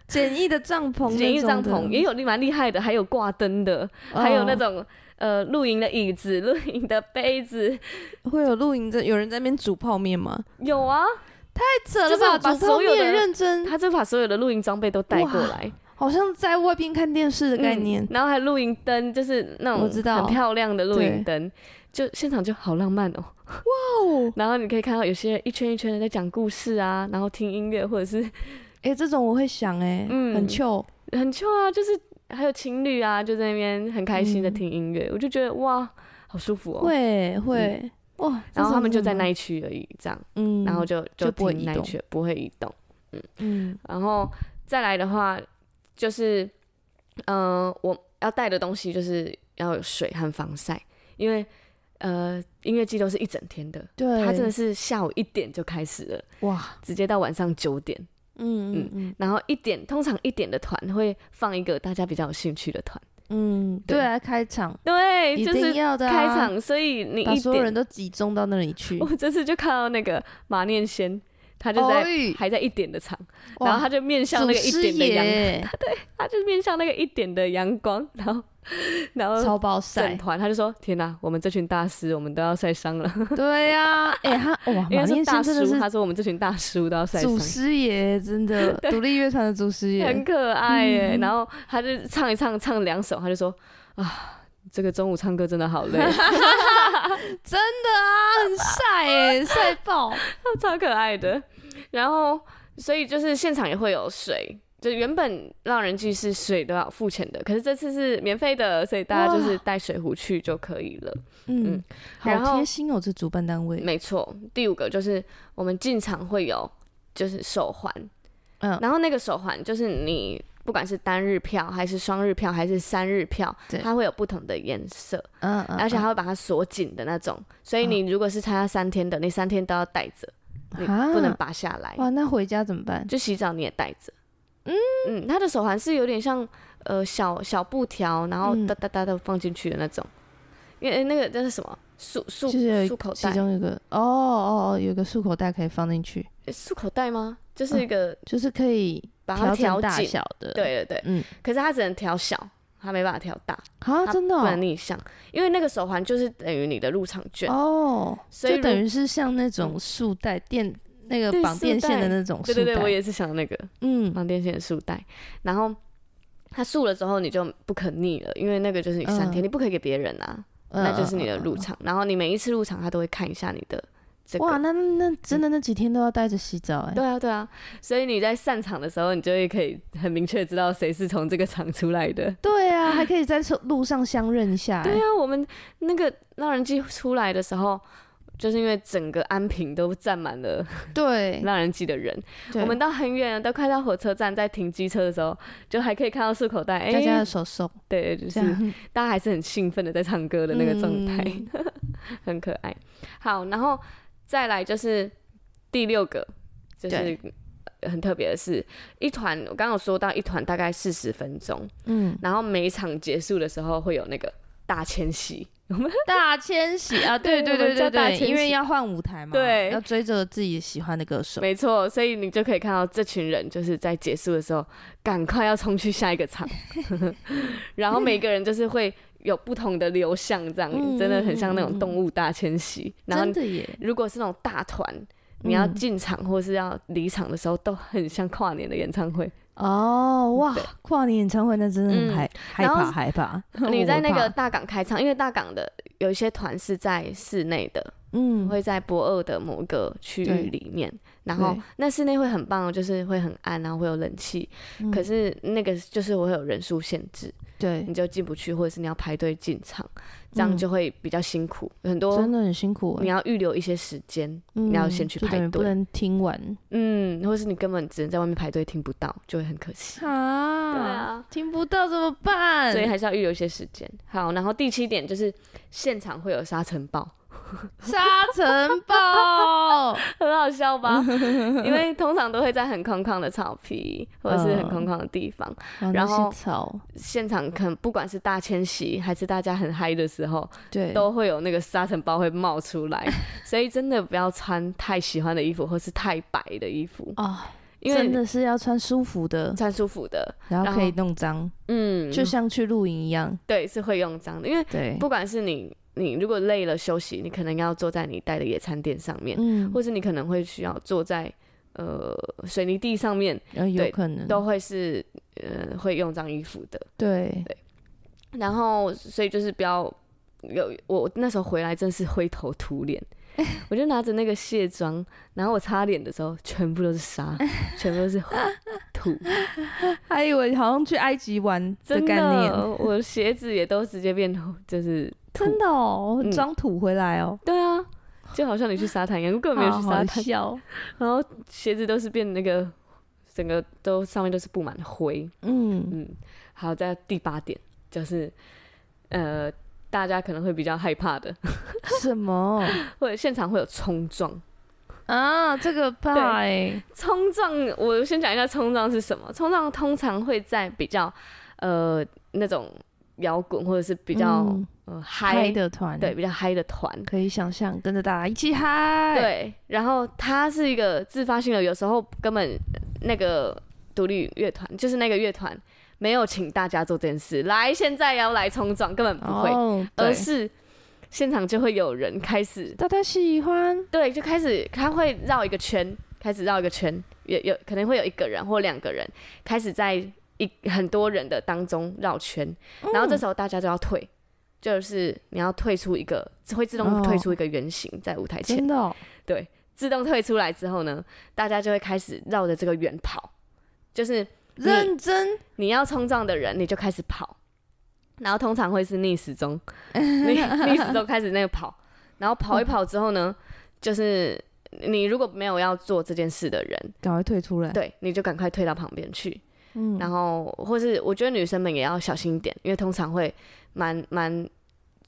S3: 简易的帐篷那种的，
S1: (laughs) 简易帐篷也有蛮厉害的，还有挂灯的，
S3: 哦，
S1: 还有那种呃露营的椅子、露营的杯子，
S3: 会有露营的，有人在那边煮泡面吗？
S1: 有啊，
S3: 太扯
S1: 就
S3: 了吧！
S1: 是把
S3: 煮泡
S1: 所有的
S3: 面认真，
S1: 他就把所有的露营装备都带过来
S3: 好像在外边看电视的概念
S1: 嗯。然后还露营灯，就是那种
S3: 我知道
S1: 很漂亮的露营灯，就现场就好浪漫哦。
S3: 哦，
S1: 然后你可以看到有些人一圈一圈的在讲故事啊，然后听音乐或者是
S2: 哎、这种我会想哎、
S1: 嗯
S2: 很糗。
S1: 很酷啊，就是还有情侣啊，就在那边很开心的听音乐，我就觉得哇，好舒服哦。
S2: 嗯会啊会、哇，
S1: 然后他们就在那
S2: 那，
S1: 一区而已，这样，
S2: 嗯
S1: 然后就
S2: 就不会
S1: 听
S2: 移
S1: 那一
S2: 动
S1: 区，不会移动。
S2: 嗯
S1: 然后再来的话，就是，嗯、我要带的东西就是要有水和防晒，因为呃，音乐季都是一整天的，
S2: 对，
S1: 它真的是下午一点就开始了，
S2: 哇，
S1: 直接到晚上九点。
S2: 嗯嗯嗯
S1: 然后一点，通常一点的团会放一个大家比较有兴趣的团，
S2: 嗯，
S1: 对
S2: 对啊，开场
S1: 对，
S2: 一
S1: 就是
S2: 定要的啊、
S1: 开场，所以你
S2: 把
S1: 一
S2: 所有人
S1: 点，
S2: 都集中到那里去。
S1: 我这次就看到那个马念先，他 (laughs) 就在、
S2: 哎
S1: 还在一点的场，
S2: 哇
S1: 然后他就面向那个一点的
S2: 祖师
S1: 阳，
S2: 爷
S1: 他就面向那个一点的阳光， (laughs) 然后然后
S2: 超爆
S1: 整
S2: 晒，
S1: 团他就说：“天哪、我们这群大师，我们都要晒伤了。
S2: (laughs)
S1: (laughs)
S2: 对呀、哎、他哇，”
S1: 因
S2: 马
S1: 为是
S2: 念
S1: 大
S2: 先真的
S1: 叔，
S2: 是
S1: 他说我们这群大叔都要晒伤
S2: 祖。师爷，
S1: (laughs)
S2: 真的独立乐团的祖师
S1: 很
S2: 爷，
S1: 可爱耶、
S2: 嗯
S1: 然后他就唱一唱，唱两首，他就说啊，这个中午唱歌真的好累，啊
S2: 真的啊，很晒耶，晒爆，嗯
S1: (laughs) 超可爱的。然后，所以就是现场也会有水，就原本让人记是水都要付钱的，可是这次是免费的，所以大家就是带水壶去就可以了。嗯
S2: 嗯，
S1: 然
S2: 好
S1: 后
S2: 贴心哦，这主办单位，
S1: 没错，第五个就是我们进场会有就是手环，
S2: 嗯
S1: 然后那个手环就是你不管是单日票还是双日票还是三日票
S2: 对，
S1: 它会有不同的颜色，
S2: 嗯嗯，
S1: 而且
S2: 嗯
S1: 它会把它锁紧的那种，所以你如果是参加三天的，你三天都要戴着，你
S2: 啊
S1: 不能拔下来，
S2: 哇，那回家怎么办？
S1: 就洗澡你也戴着。嗯它的手环是有点像呃小小布条，然后
S2: 嗯
S1: 哒哒哒的放进去的那种，因为那个那是什么束束
S2: 就是有一
S1: 束口
S2: 其
S1: 袋？
S2: 中有个哦哦哦，有个束口袋可以放进去，
S1: 诶束口袋吗？就是一个
S2: 就是可以
S1: 把它
S2: 嗯调整
S1: 调
S2: 大
S1: 紧，
S2: 小的。，
S1: 对对对，
S2: 嗯，
S1: 可是它只能调小，它没办法调大，
S2: 啊，
S1: 它
S2: 真的
S1: 不
S2: 哦
S1: 能逆向，因为那个手环就是等于你的入场券，
S2: 哦，
S1: 所以
S2: 就
S1: 如
S2: 等于是像那种束带电那个
S1: 对
S2: 绑
S1: 束
S2: 电线
S1: 带
S2: 的那种束带。
S1: 对对对，我也是想那个
S2: 嗯，
S1: 绑电线的束带，然后它束了之后你就不可逆了，因为那个就是你三天，
S2: 嗯
S1: 你不可以给别人啊，
S2: 嗯
S1: 那就是你的。入
S2: 嗯嗯嗯
S1: 场，然后你每一次入场他都会看一下你的这
S2: 哇，
S1: 个。嗯
S2: 那那那真的那几天都要带着洗澡哎。
S1: 对啊，对啊，所以你在散场的时候，你就会可以很明确知道谁是从这个场出来的。
S2: 对啊，还可以在车路上相认一下。欸
S1: 对，啊，我们那个让人机出来的时候，就是因为整个安平都站满了
S2: 对，
S1: 让人机的人。
S2: 对
S1: 我们到很远，都快到火车站，在停机车的时候，就还可以看到漱口袋。哎、
S2: 大家的手手
S1: 对，就
S2: 这
S1: 是
S2: 样
S1: 大家还是很兴奋的在唱歌的那个状态，
S2: 嗯
S1: 很可爱。好，然后再来就是第六个，就是
S2: 对
S1: 很特别的是，一团我刚刚有说到一团大概四十分钟， (laughs)
S2: 嗯，
S1: 然后每一场结束的时候会有那个大迁徙。
S2: 大迁徙啊，对对
S1: 我们
S2: 对
S1: 叫
S2: 对
S1: 大
S2: 对，
S1: 迁
S2: 因为
S1: 徙
S2: 要换舞台嘛，
S1: 对
S2: 要追着自己喜欢的歌手。
S1: 没错，所以你就可以看到这群人就是在结束的时候，赶快要冲去下一个场， (laughs) 然后每个人就是会有不同的流向，这样
S2: 嗯
S1: 真的很像那种动物大迁徙。然
S2: 真
S1: 后
S2: 的耶，
S1: 如果是那种大团，你要
S2: 嗯
S1: 进场或是要离场的时候，都很像跨年的演唱
S2: (laughs)
S1: 会。
S2: 哦哇
S1: 对，
S2: 跨年演唱会那真的
S1: 嗯
S2: 很害害
S1: 然后
S2: 怕害怕。
S1: (laughs) 你
S2: 哦我
S1: 在那
S2: 怕
S1: 个大港开唱，因为大港的有一些团是在室内的，
S2: 嗯
S1: 会在博二的某个区
S2: 对
S1: 域里面，然后
S2: 对
S1: 那室内会很棒，哦，就是会很暗，然后会有冷气。
S2: 嗯
S1: 可是那个就是我会有人数限制，
S2: 对
S1: 你，就进不去，或者是你要排队进场，这样
S2: 嗯
S1: 就会比较辛苦，很多
S2: 真的很辛苦欸嗯
S1: 你，要预留一些时间，
S2: 你
S1: 要先去排
S2: 不
S1: 队
S2: 能听完
S1: 嗯，或是你根本只能在外面排队听不到，就会很可惜。对
S2: 啊，
S1: 啊，
S2: 听不到怎么办？
S1: 所以还是要预留一些时间。好，然后第七点就是现场会有沙尘暴， (laughs)
S2: 沙尘暴，
S1: 很好笑
S2: (laughs)
S1: 吧？因为通常都会在很空旷的草皮或者是很空旷的地方，
S2: 哇
S1: 然
S2: 那些
S1: 后
S2: 草，
S1: 现场可能不管是大迁徙还是大家很嗨的时候，
S2: 对，
S1: 都会有那个沙尘暴会冒出
S2: (laughs)
S1: 来，所以真的不要穿太喜欢的衣服或是太白的衣服，
S2: 啊，
S1: 因
S2: 真
S1: 为
S2: 的是要穿舒服的，
S1: 穿舒服的，
S2: 然后
S1: 然
S2: 可以
S1: 后
S2: 弄脏，
S1: 嗯，
S2: 就像去露营一样，
S1: 对是会用脏的，因为
S2: 对，
S1: 不管是你你如果累了休息，你可能要坐在你带的野餐垫上面，
S2: 嗯，
S1: 或是你可能会需要坐在呃水泥地上面，
S2: 呃有
S1: 对
S2: 可能，
S1: 都会是呃会用脏衣服的。
S2: 对， (laughs)
S1: 然后所以就是不要有我那时候回来真是灰头土脸，我就拿着那个卸妆，然后我擦脸的时候，全部都是
S2: (laughs)
S1: 沙，全部都是土，
S2: 还以为好像去埃及玩
S1: 真
S2: 概念，
S1: 的，我鞋子也都直接变土，就是土
S2: 真的哦
S1: 嗯，
S2: 装土回来哦，
S1: 对啊，就好像你去沙滩一样，根本没有
S2: 好
S1: 去沙
S2: 好
S1: 滩，
S2: 笑，
S1: 然后鞋子都是变那个，整个都上面都是布满灰。
S2: 嗯
S1: 嗯，好，在第八点就是，呃，大家可能会比较害怕的，(laughs)
S2: 什么
S1: 或者现场会有冲撞。
S2: 啊？这个怕哎，
S1: 冲撞，我先讲一下冲撞是什么。冲撞通常会在比较呃那种摇滚或者是比较、
S2: 嗯
S1: 呃嗨
S2: 嗨的团，
S1: 对，比较嗨的团。
S2: 可以想象跟着大家一起嗨，，
S1: 对，然后它是一个自发性的，有时候根本那个独立乐团就是那个乐团没有请大家做这件事，来现在要来冲撞，根本不会。
S2: 哦，
S1: 而
S2: 对
S1: 是现场就会有人开始，
S2: 大家喜欢，
S1: 对，就开始他会绕一个圈，开始绕一个圈，有有可能会有一个人或两个人开始在一很多人的当中绕圈，然后
S2: 嗯
S1: 这时候大家就要退，就是你要退出一个，会自动
S2: 哦
S1: 退出一个圆形在舞台前，
S2: 真的哦
S1: 自动退出来之后呢，大家就会开始绕着这个圆跑，就是你
S2: 认真，
S1: 你要冲撞的人，你就开始跑，然后通常会是逆时钟，逆逆时钟开始那个跑，然后跑一跑之后呢，就是你如果没有要做这件事的人，
S2: 赶快退出来，
S1: 对，你就赶快退到旁边去，
S2: 嗯
S1: 然后或是我觉得女生们也要小心一点，因为通常会蛮蛮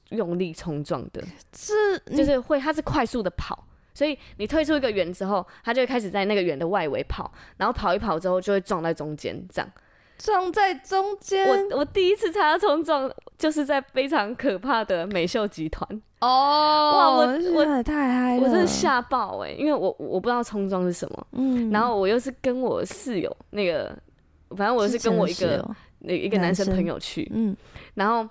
S1: 用力冲撞的，
S2: 是
S1: 就是会，它是快速的跑，所以你退出一个圆之后，它就会开始在那个圆的外围跑，然后跑一跑之后就会撞在中间，这样。
S2: 撞在中间，
S1: 我我第一次参加冲撞，就是在非常可怕的美秀集团，
S2: 哦，
S1: 哇我
S2: 真的太嗨了，
S1: 我真的吓爆哎、因为我我不知道冲撞是什么，
S2: 嗯
S1: 然后我又是跟我室友那个，反正我是
S2: 之前
S1: 跟我一
S2: 是
S1: 个
S2: 有
S1: 那一个男
S2: 男
S1: 生
S2: 生
S1: 朋友去，
S2: 嗯
S1: 然后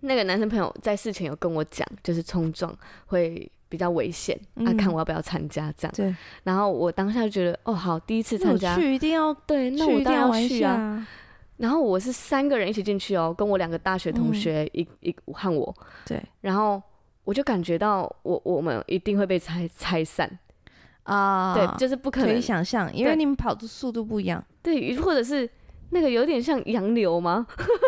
S1: 那个男生朋友在事前有跟我讲，就是冲撞会比较危险，啊，
S2: 嗯
S1: 看我要不要参加这样，
S2: 对，
S1: 然后我当下就觉得哦好，第一次参
S2: 有
S1: 加，
S2: 去一定要
S1: 对，那
S2: 去
S1: 我
S2: 一
S1: 当
S2: 定
S1: 然要
S2: 玩一
S1: 去啊，
S2: 下，
S1: 然后我是三个人一起进去哦，跟我两个大学同学、一一和我，
S2: 嗯对，
S1: 然后我就感觉到我我们一定会被拆拆散，
S2: 啊，
S1: 对，就是不可
S2: 可以
S1: 能，
S2: 想象，因
S1: 对
S2: 为你们跑的速度不一样， (laughs)
S1: 对，或者是那个有点像洋流吗？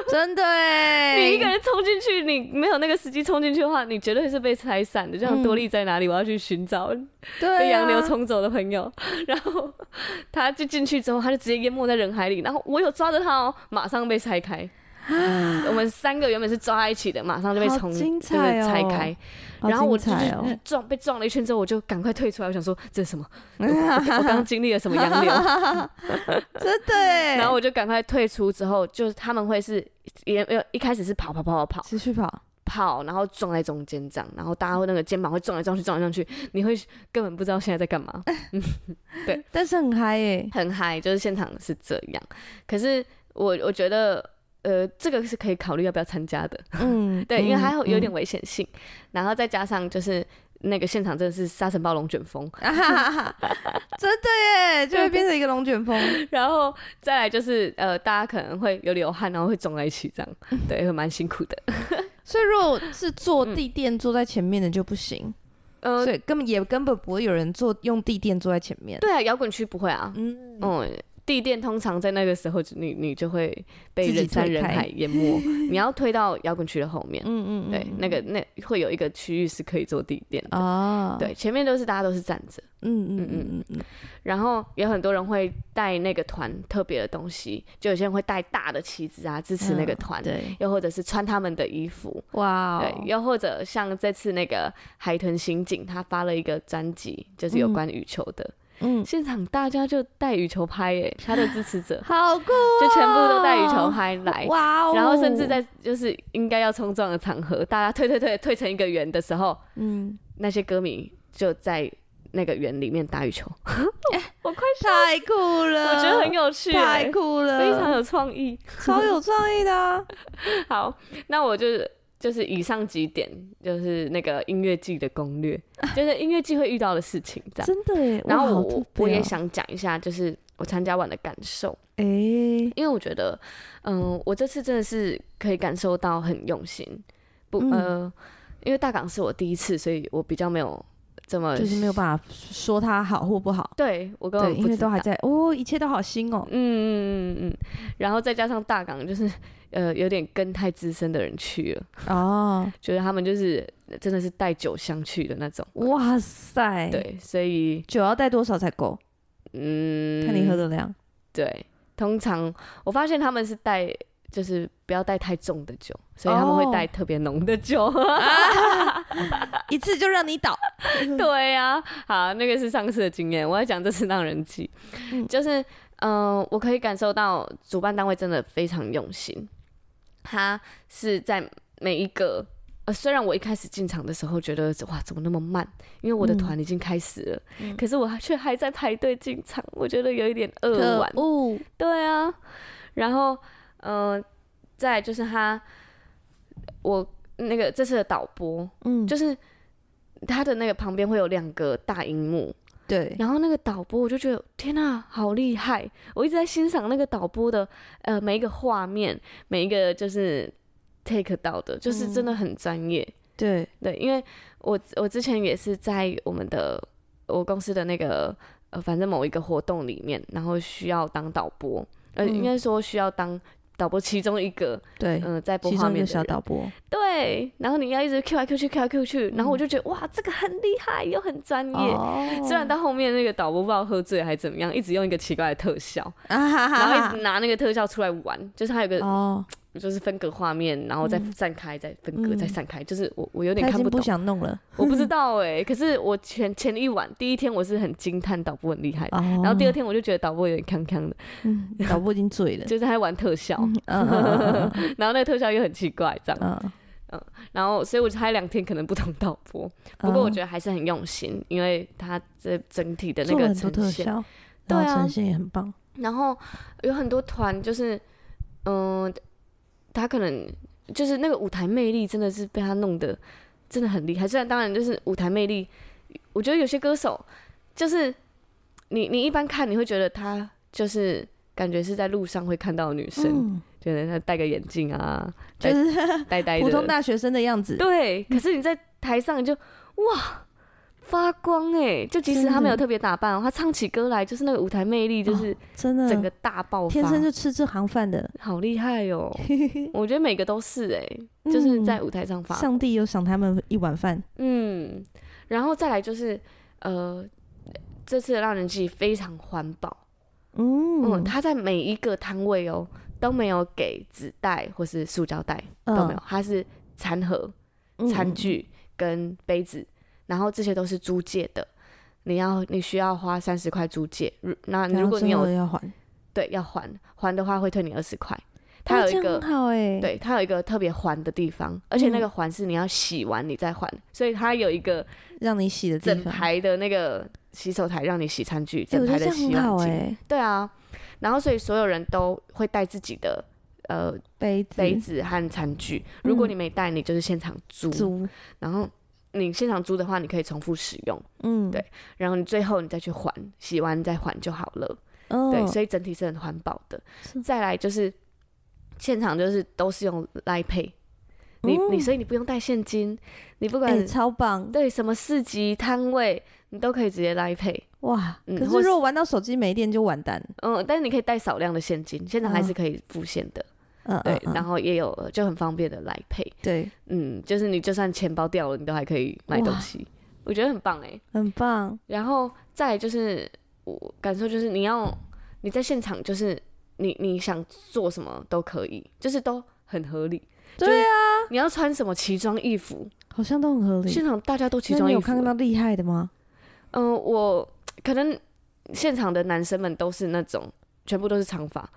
S2: 真的哎，
S1: 你一个人冲进去，你没有那个时机冲进去的话，你绝对是被拆散的。就像
S2: 嗯
S1: 多利在哪里，我要去寻找
S2: 对
S1: 被
S2: 啊
S1: 洋流冲走的朋友，然后他就进去之后，他就直接淹没在人海里，然后我有抓着他哦，马上被拆开。我们三个原本是抓在一起的，马上就被
S2: 啊好
S1: 冲，
S2: 精
S1: 就是
S2: 彩哦
S1: 拆开。
S2: 好
S1: 然后我就
S2: 精彩哦
S1: 是嗯撞被撞了一圈之后，我就赶快退出来，我想说这
S2: (laughs)
S1: 是什么？我我我刚经历了什么洋流？
S2: (laughs) 真的哎，
S1: 然后我就赶快退出之后，就是他们会是也没有一开始是跑跑跑跑跑
S2: 持续跑，
S1: 跑，然后撞在中间这样，然后大家会那个肩膀会撞来撞去撞来撞去，你会根本不知道现在在干嘛。
S2: 但是很嗨哎，
S1: 很嗨，就是现场是这样。可是我我觉得，呃，这个是可以考虑要不要参加的，
S2: 嗯，
S1: (laughs) 对，因为
S2: 嗯
S1: 还有有点
S2: 嗯
S1: 危险性，然后再加上就是那个现场真的是沙尘暴、龙卷风， (laughs)
S2: 啊哈哈哈 (laughs) 真的耶，就会变成一个龙卷风，
S1: 然后再来就是呃，大家可能会有流汗，然后会撞在一起，这样，对，会蛮辛苦的。
S2: (laughs) 所以如果是坐地垫坐在前面的就不行，
S1: 呃
S2: 所，以根本也根本不会有人坐用地垫坐在前面，
S1: 对啊，摇滚区不会啊，
S2: 嗯，
S1: 嗯。地垫通常在那个时候就，你你就会被
S2: 自己
S1: 人山
S2: 推
S1: 人
S2: 开
S1: 海淹
S2: (laughs)
S1: 没，你要推到摇滚区的后面，
S2: 嗯嗯，
S1: 对，那个那会有一个区域是可以做地垫的，
S2: 啊，，
S1: 对，前面都是大家都是站着，
S2: 嗯嗯嗯嗯
S1: 然后有很多人会带那个团特别的东西，就有些人会带大的旗子啊支持那个团，
S2: 嗯，对，
S1: 又或者是穿他们的衣服，
S2: 哇哦，
S1: 对，又或者像这次那个海豚刑警他发了一个专辑，就是有关羽球的，
S2: 嗯，
S1: 现场大家就带羽球拍耶，他的支
S2: (laughs)
S1: 持者
S2: 好酷、哦，
S1: 就全部都带羽球，拍来。
S2: 哇哦，
S1: 然后甚至在就是应该要冲撞的场合，大家退退退退成一个圆的时候，
S2: 嗯，
S1: 那些歌迷就在那个园里面打羽球，我快笑
S2: 太酷了，
S1: 我觉得很有趣、欸
S2: 太酷了，
S1: 非常有创意。
S2: 超有创意的、 (laughs) 啊，
S1: (laughs) 好，那我就是就是以上几点，就是那个音乐季的攻
S2: (laughs)
S1: 略，就是音乐季会遇到的事情这样。
S2: 真的耶，
S1: 然后
S2: 哇好
S1: 我
S2: 特别哦
S1: 我我也，想讲一下，就是我参加完的感受，
S2: 哎、
S1: 因为我觉得，嗯、我这次真的是可以感受到很用心，不、
S2: 嗯
S1: 呃，因为大港是我第一次，所以我比较没有怎么
S2: 就是没有办法说它好或不好。
S1: 对我根
S2: 对，
S1: 本嗯
S2: 因
S1: 不
S2: 为
S1: 知
S2: 都
S1: 道
S2: 还。在哦，一切都好新哦
S1: (laughs) 嗯。嗯嗯嗯，嗯，然后再加上大港就是呃有点跟太资深的人去了，
S2: 哦，
S1: 觉得他们就是真的是带酒香去的那种。
S2: 哇塞，，
S1: 对，所以
S2: 酒要带多少才够？
S1: 嗯，
S2: 看你喝的量。
S1: 对，通常我发现他们是带，就是不要带太重的酒，所以他们
S2: 哦
S1: 会带特别浓的酒。嗯
S2: 一次就让你倒。嗯
S1: 对呀、好，那个是上次的经验，我要讲这次让人记，
S2: 嗯
S1: 就是嗯、呃我可以感受到主办单位真的非常用心，他是在每一个。呃，虽然我一开始进场的时候觉得哇怎么那么慢，因为我的
S2: 嗯
S1: 团已经开始了，可是我还却还在排队进场，我觉得有一点扼腕。
S2: 恶，
S1: 对啊，然后嗯、呃再来就是他，我那个这次的导播
S2: 嗯，
S1: 就是。他的那个旁边会有两个大荧幕，
S2: 对，
S1: 然后那个导播我就觉得天呐，好厉害！我一直在欣赏那个导播的呃每一个画面，每一个就是 take 到的，就是
S2: 嗯
S1: 真的很专业。
S2: 对，
S1: 对，因为我我之前也是在我们的我公司的那个呃，反正某一个活动里面，然后需要当导播，呃，
S2: 嗯
S1: 应该说需要当导播其中一个，
S2: 对，
S1: 嗯、在播
S2: 其
S1: 画
S2: 中一
S1: 面
S2: 个
S1: 的
S2: 小
S1: 人
S2: 导播，
S1: 对，然后你要一直 Q 来 Q 去，Q 来 Q 去，然后我就觉得、哇，这个很厉害又很专业。
S2: 嗯哦，
S1: 嗯虽然到后面那个导播不知道喝醉还怎么样，一直用一个奇怪的特效，
S2: (laughs) 啊哈
S1: (laughs) 然后
S2: 哈
S1: 一直拿那个特效出来玩，就是他有个、
S2: 哈，哦，
S1: 就是分隔画面，然后再
S2: 嗯
S1: 散开，再分隔，
S2: 嗯
S1: 再散开，就是我我有点
S2: 他已
S1: 看
S2: 经
S1: 不
S2: 不
S1: 懂，
S2: 想弄了，
S1: 我不知道哎、可是我前前一晚第一天我是很惊叹导播很厉害的，
S2: 哦，然
S1: 然后第二天我就觉得导播有点康康的，
S2: 导播已经醉了，
S1: 就是他在玩特效，
S2: 嗯
S1: (laughs)
S2: 嗯
S1: 然后那个特效又很奇怪这样，
S2: 嗯，
S1: 然后所以我猜两天可能不同导播，不
S2: 嗯
S1: 过我觉得还是很用心，因为他这整体的那
S2: 得做了
S1: 个
S2: 很多特
S1: 呈现，
S2: 效，
S1: 对
S2: 然后
S1: 啊
S2: 呈现也很棒，
S1: 然后有很多团就是，嗯、他可能就是那个舞台魅力真的是被他弄得真的很厉害。虽然当然就是舞台魅力，我觉得有些歌手就是你你一般看你会觉得他就是感觉是在路上会看到的女生，
S2: 嗯，
S1: 觉得她戴个眼镜
S2: (laughs)
S1: 啊，
S2: 就是
S1: 呆呆的，
S2: 普通大学生的样子，
S1: 对。
S2: 嗯
S1: 可是你在台上就哇。发光哎、就即使
S2: 真
S1: 他没
S2: 的
S1: 有特别打扮哦，他唱起歌来就是那个舞台魅力，就是
S2: 真的，
S1: 整个大爆发，
S2: 嗯天生就吃这行饭的，
S1: 好厉害
S2: (laughs)
S1: 哦！我觉得每个都是哎、
S2: 嗯
S1: 就是在舞台上发，
S2: 上帝有赏他们一碗饭，
S1: 嗯，然后再来就是呃，这次的让人记非常环保，嗯，
S2: 嗯，
S1: 他在每一个摊位哦都没有给纸袋或是塑胶袋都
S2: 嗯
S1: 没有，它是餐盒、
S2: 有
S1: 餐，具跟杯子，然后这些都是租借的。你要你需要花三十块租借，如那
S2: 嗯
S1: 如果你
S2: 然后
S1: 有
S2: 之后要还，
S1: 对要还还的话会退你二十块，它
S2: 哦
S1: 有
S2: 这
S1: 一
S2: 样
S1: 个
S2: 很好哎，，
S1: 对，它有一个特别环的地方，而且那
S2: 嗯
S1: 个环是你要洗完你再还，所以它有一个
S2: 让你洗的地
S1: 整
S2: 方，
S1: 排的那个洗手台让你洗餐具，
S2: 哎
S1: 整
S2: 我觉
S1: 排
S2: 得这
S1: 的
S2: 样
S1: 洗
S2: 很好
S1: 碗巾。
S2: 哎，
S1: 对啊，然后所以所有人都会带自己的呃
S2: 杯子
S1: 杯子和餐具，如果你没带，你就是现场租，
S2: 嗯租，
S1: 然后你现场租的话，你可以重复使用，
S2: 嗯，
S1: 对然后你最后你再去还，洗完再还就好了。
S2: 哦，
S1: 对，所以整体是很环保的
S2: 是。
S1: 再来就是现场就是都是用 Line Pay，你、你
S2: 嗯
S1: 所以你不用带现金，你不管、
S2: 哎，超棒，
S1: 对什么市集摊位，你都可以直接 Line Pay。
S2: 哇！
S1: 嗯
S2: 可是
S1: 或是
S2: 如果玩到手机没电就完蛋，
S1: 嗯，但是你可以带少量的现金，现场还是可以付现的。
S2: 嗯，
S1: 对，
S2: 嗯嗯
S1: 然后也有呃就很方便的 Line Pay。
S2: 对，
S1: 嗯，就是你就算钱包掉了，你都还可以买东
S2: 哇
S1: 西，我觉得很棒哎、
S2: 很棒，
S1: 然后再来就是我感受就是你要你在现场就是你你想做什么都可以，就是都很合理。
S2: 对
S1: 啊，你要穿什么奇装异服，
S2: 好像都很合理。
S1: 现场大家都奇
S2: 那
S1: 装
S2: 你
S1: 异
S2: 有
S1: 服
S2: 看。到厉害
S1: (laughs)
S2: 的吗？
S1: 嗯、我可能现场的男生们都是那种全部都是长发，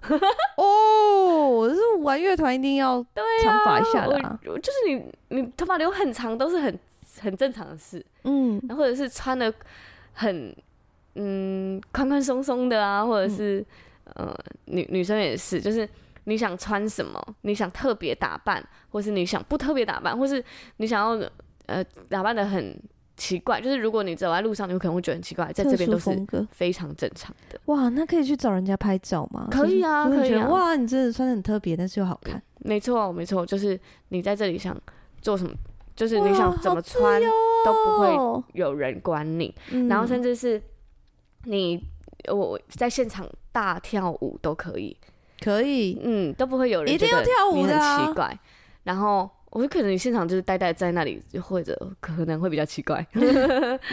S2: 哦，这种玩乐团一定要长发一下的啊，
S1: 我我就是你你头发留很长都是很很正常的事，
S2: 嗯，
S1: 然后或者是穿的很嗯宽宽松松的啊，或者
S2: 嗯
S1: 是、呃女女生也是，就是你想穿什么，你想特别打扮，或是你想不特别打扮，或是你想要呃打扮的很奇怪，就是如果你走在路上，你可能会觉得很奇怪，在这边
S2: 特
S1: 都
S2: 殊风
S1: 是
S2: 格。
S1: 非常正常的。
S2: 哇，那可以去找人家拍照吗？
S1: 可以啊
S2: 就是就会
S1: 可
S2: 觉
S1: 以
S2: 得
S1: 啊
S2: 哇，
S1: 哦
S2: 你真的穿的很特别，但是又好看。
S1: 没错，没错，就是你在这里想做什么就是你想怎么穿都不
S2: 会。
S1: 会有人管你，
S2: 嗯
S1: 然后甚至是你我我在现场大跳舞都可以，
S2: 可以，
S1: 嗯，都不会有人
S2: 一定
S1: 觉得
S2: 要跳舞
S1: 你
S2: 的
S1: 很
S2: 啊
S1: 奇怪。然后我就可能你现场就是呆呆在那里，或者可能会比较奇
S2: (laughs)
S1: 怪。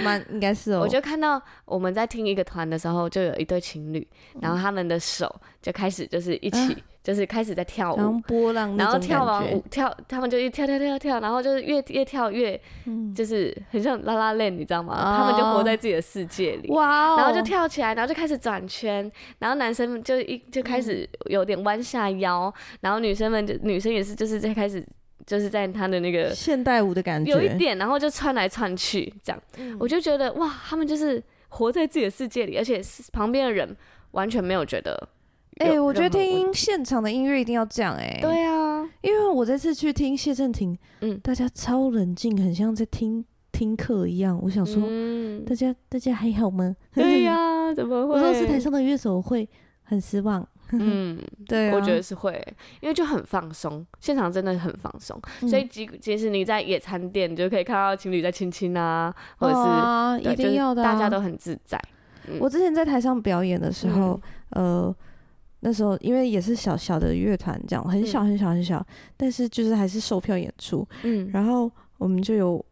S2: 蛮应该是哦。
S1: 我就看到我们在听一个团的时候，就有一对情侣，然后他们的手就开始就是一起，就是开始在跳
S2: 嗯然后
S1: 舞。
S2: 波浪
S1: 然
S2: 那
S1: 后
S2: 种
S1: 跳完
S2: 感
S1: 舞
S2: 觉，
S1: 跳，他们就一跳跳跳跳，然后就是越越跳越，
S2: 嗯
S1: 就是很像拉拉链，你知道吗？
S2: 哦
S1: 他们就活在自己的世界里。
S2: 哇哦，
S1: 然后就跳起来，然后就开始转圈，然后男生们就一就开始有点弯下腰，然后女生们就女生也是就是在开始就是在他的那个
S3: 现代舞的感觉，
S1: 有一点，然后就窜来窜去这样，
S2: 嗯
S1: 我就觉得哇，他们就是活在自己的世界里，而且是旁边的人完全没有觉得有。
S2: 哎、我觉得
S1: 任何问
S2: 听现场的音乐一定要这样哎、
S1: 对啊，
S3: 因为我这次去听谢振廷，
S1: 嗯
S3: 大家超冷静，很像在听听课一样。我想说，
S1: 嗯
S3: 大家大家还好吗？
S2: (laughs)
S1: 对、呀，怎么会？
S3: 我说是台上的乐手会很失望，
S1: 嗯，
S2: 对啊、
S1: 我觉得是会，因为就很放松，现场真的很放松，所
S2: 嗯
S1: 以即即使你在野餐店，你就可以看到情侣在亲亲啊，或者是、
S2: 啊、
S1: 对
S2: 一定要的、
S1: 就
S2: 啊，
S1: 是大家都很嗯自在。
S2: 我之前在台上表演的时候，
S1: 嗯
S2: 呃，那时候因为也是小小的乐团，这样很小很小很小，但是就是还是售票演出，
S1: 嗯
S2: 然后我们就有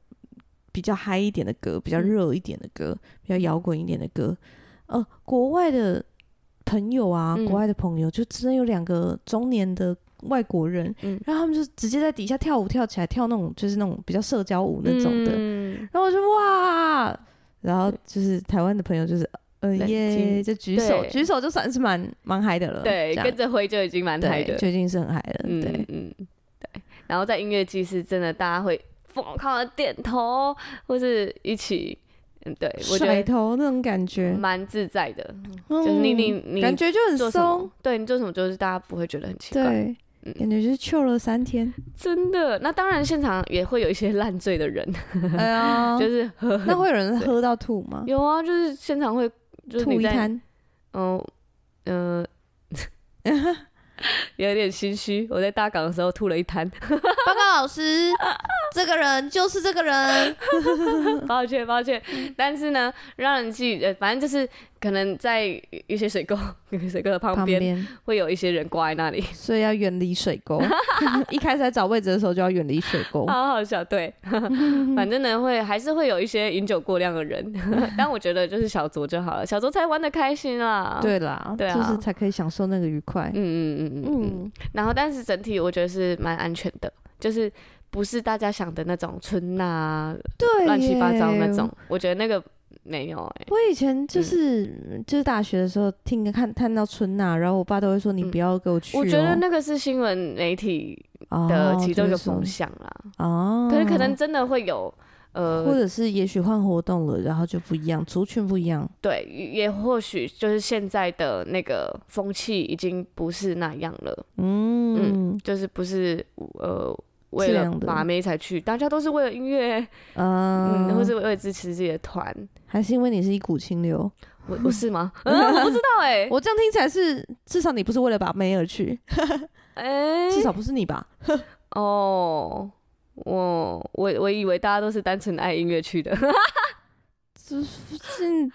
S2: 比较嗨一点的歌，比较
S1: 嗯
S2: 热一点的歌，比较摇滚一点的歌。呃，国外的朋友啊，
S1: 嗯
S2: 国外的朋友就真的有两个中年的外国人，
S1: 嗯
S2: 然后他们就直接在底下跳舞跳起来，跳那种就是那种比较社交舞那种的。
S1: 嗯、
S2: 然后我就哇，然后就是台湾的朋友就是呃
S1: 冷静
S2: 耶，就举手，
S1: 对
S2: 举手就算是蛮蛮嗨的了，
S1: 对，
S2: 这样
S1: 跟着挥就已经蛮嗨
S2: 对，
S1: 的，
S2: 就已经是很嗨了，
S1: 嗯
S2: 对，
S1: 嗯对。然后在音乐季是真的，大家会疯狂的点头，或是一起，嗯，对我觉
S2: 甩
S1: 得
S2: 头那种感觉，
S1: 蛮自在的，
S2: 就
S1: 就是你你你
S2: 嗯感觉就
S1: 做
S2: 很
S1: 什
S2: 松
S1: 么，，对你做什么就是大家不会觉得很奇怪，
S2: 对
S1: 嗯。
S2: 感觉就是 chill 了
S1: (laughs)
S2: 三天，
S1: 真的。那当然现场也会有一些烂醉的人，
S2: 哎
S1: (laughs)
S2: 呀，
S1: 就是喝
S2: 那
S1: 很
S2: 会有人喝到吐吗？
S1: 有啊，就是现场会就是
S2: 嗯吐
S1: 你
S2: 一
S1: 在 (laughs)
S2: 滩，
S1: 嗯嗯， (laughs) 有点心虚。我在大港的时候吐了一
S2: (laughs)
S1: 滩，
S2: 报告老师，这个人就是这个人，
S1: 抱歉抱歉。
S2: 嗯
S1: 但是呢，让人记呃，反正就是可能在一些水沟、水沟的旁
S2: 旁
S1: 边
S2: 边，
S1: 会有一些人挂在那里，
S2: 所以要远离水
S1: (laughs)
S2: 沟。 (laughs) 一开始在找位置的时候就要远离水沟，
S1: 好好笑。
S2: (laughs)
S1: 对，反正呢会还是会有一些饮酒过量的人， (laughs) 但我觉得就是小酌就好了，小酌才玩的开心啦。，
S2: 对啦，
S1: 对啊
S2: 就是才可以享受那个愉快。
S1: 嗯嗯嗯嗯嗯。
S2: 嗯，
S1: 然后，但是整体我觉得是蛮安全的，就是不是大家想的那种春呐、
S2: 对，
S1: 乱七八糟那种。。我觉得那个没有哎、
S2: 我以前就是、
S1: 嗯
S2: 就是大学的时候听个看看到春娜，然后我爸都会说你
S1: 嗯
S2: 不要给我去、哦
S1: 我觉得那个是新闻媒体的其中一个风向啦，
S2: 哦，
S1: 可是可能真的会有
S2: 或
S1: 呃，
S2: 者是也许换活动了，然后就不一样，族群不一样。
S1: 对，也或许就是现在的那个风气已经不是那样了，
S2: 嗯
S1: 就是不是呃为
S2: 这
S1: 了
S2: 样的
S1: 把妹才去，大家都是为了音乐，
S2: 嗯，
S1: 嗯，或是为了支持自己的团，
S2: 还是因为你是一股清流，
S1: 我
S2: (laughs)
S1: 我是吗？嗯我不知道哎、
S2: 我这样听起来是至少你不是为了把妹而去，
S1: 哎、
S2: 至少不是你吧？
S1: 哦，我我我以为大家都是单纯爱音乐去的， (laughs)
S2: 是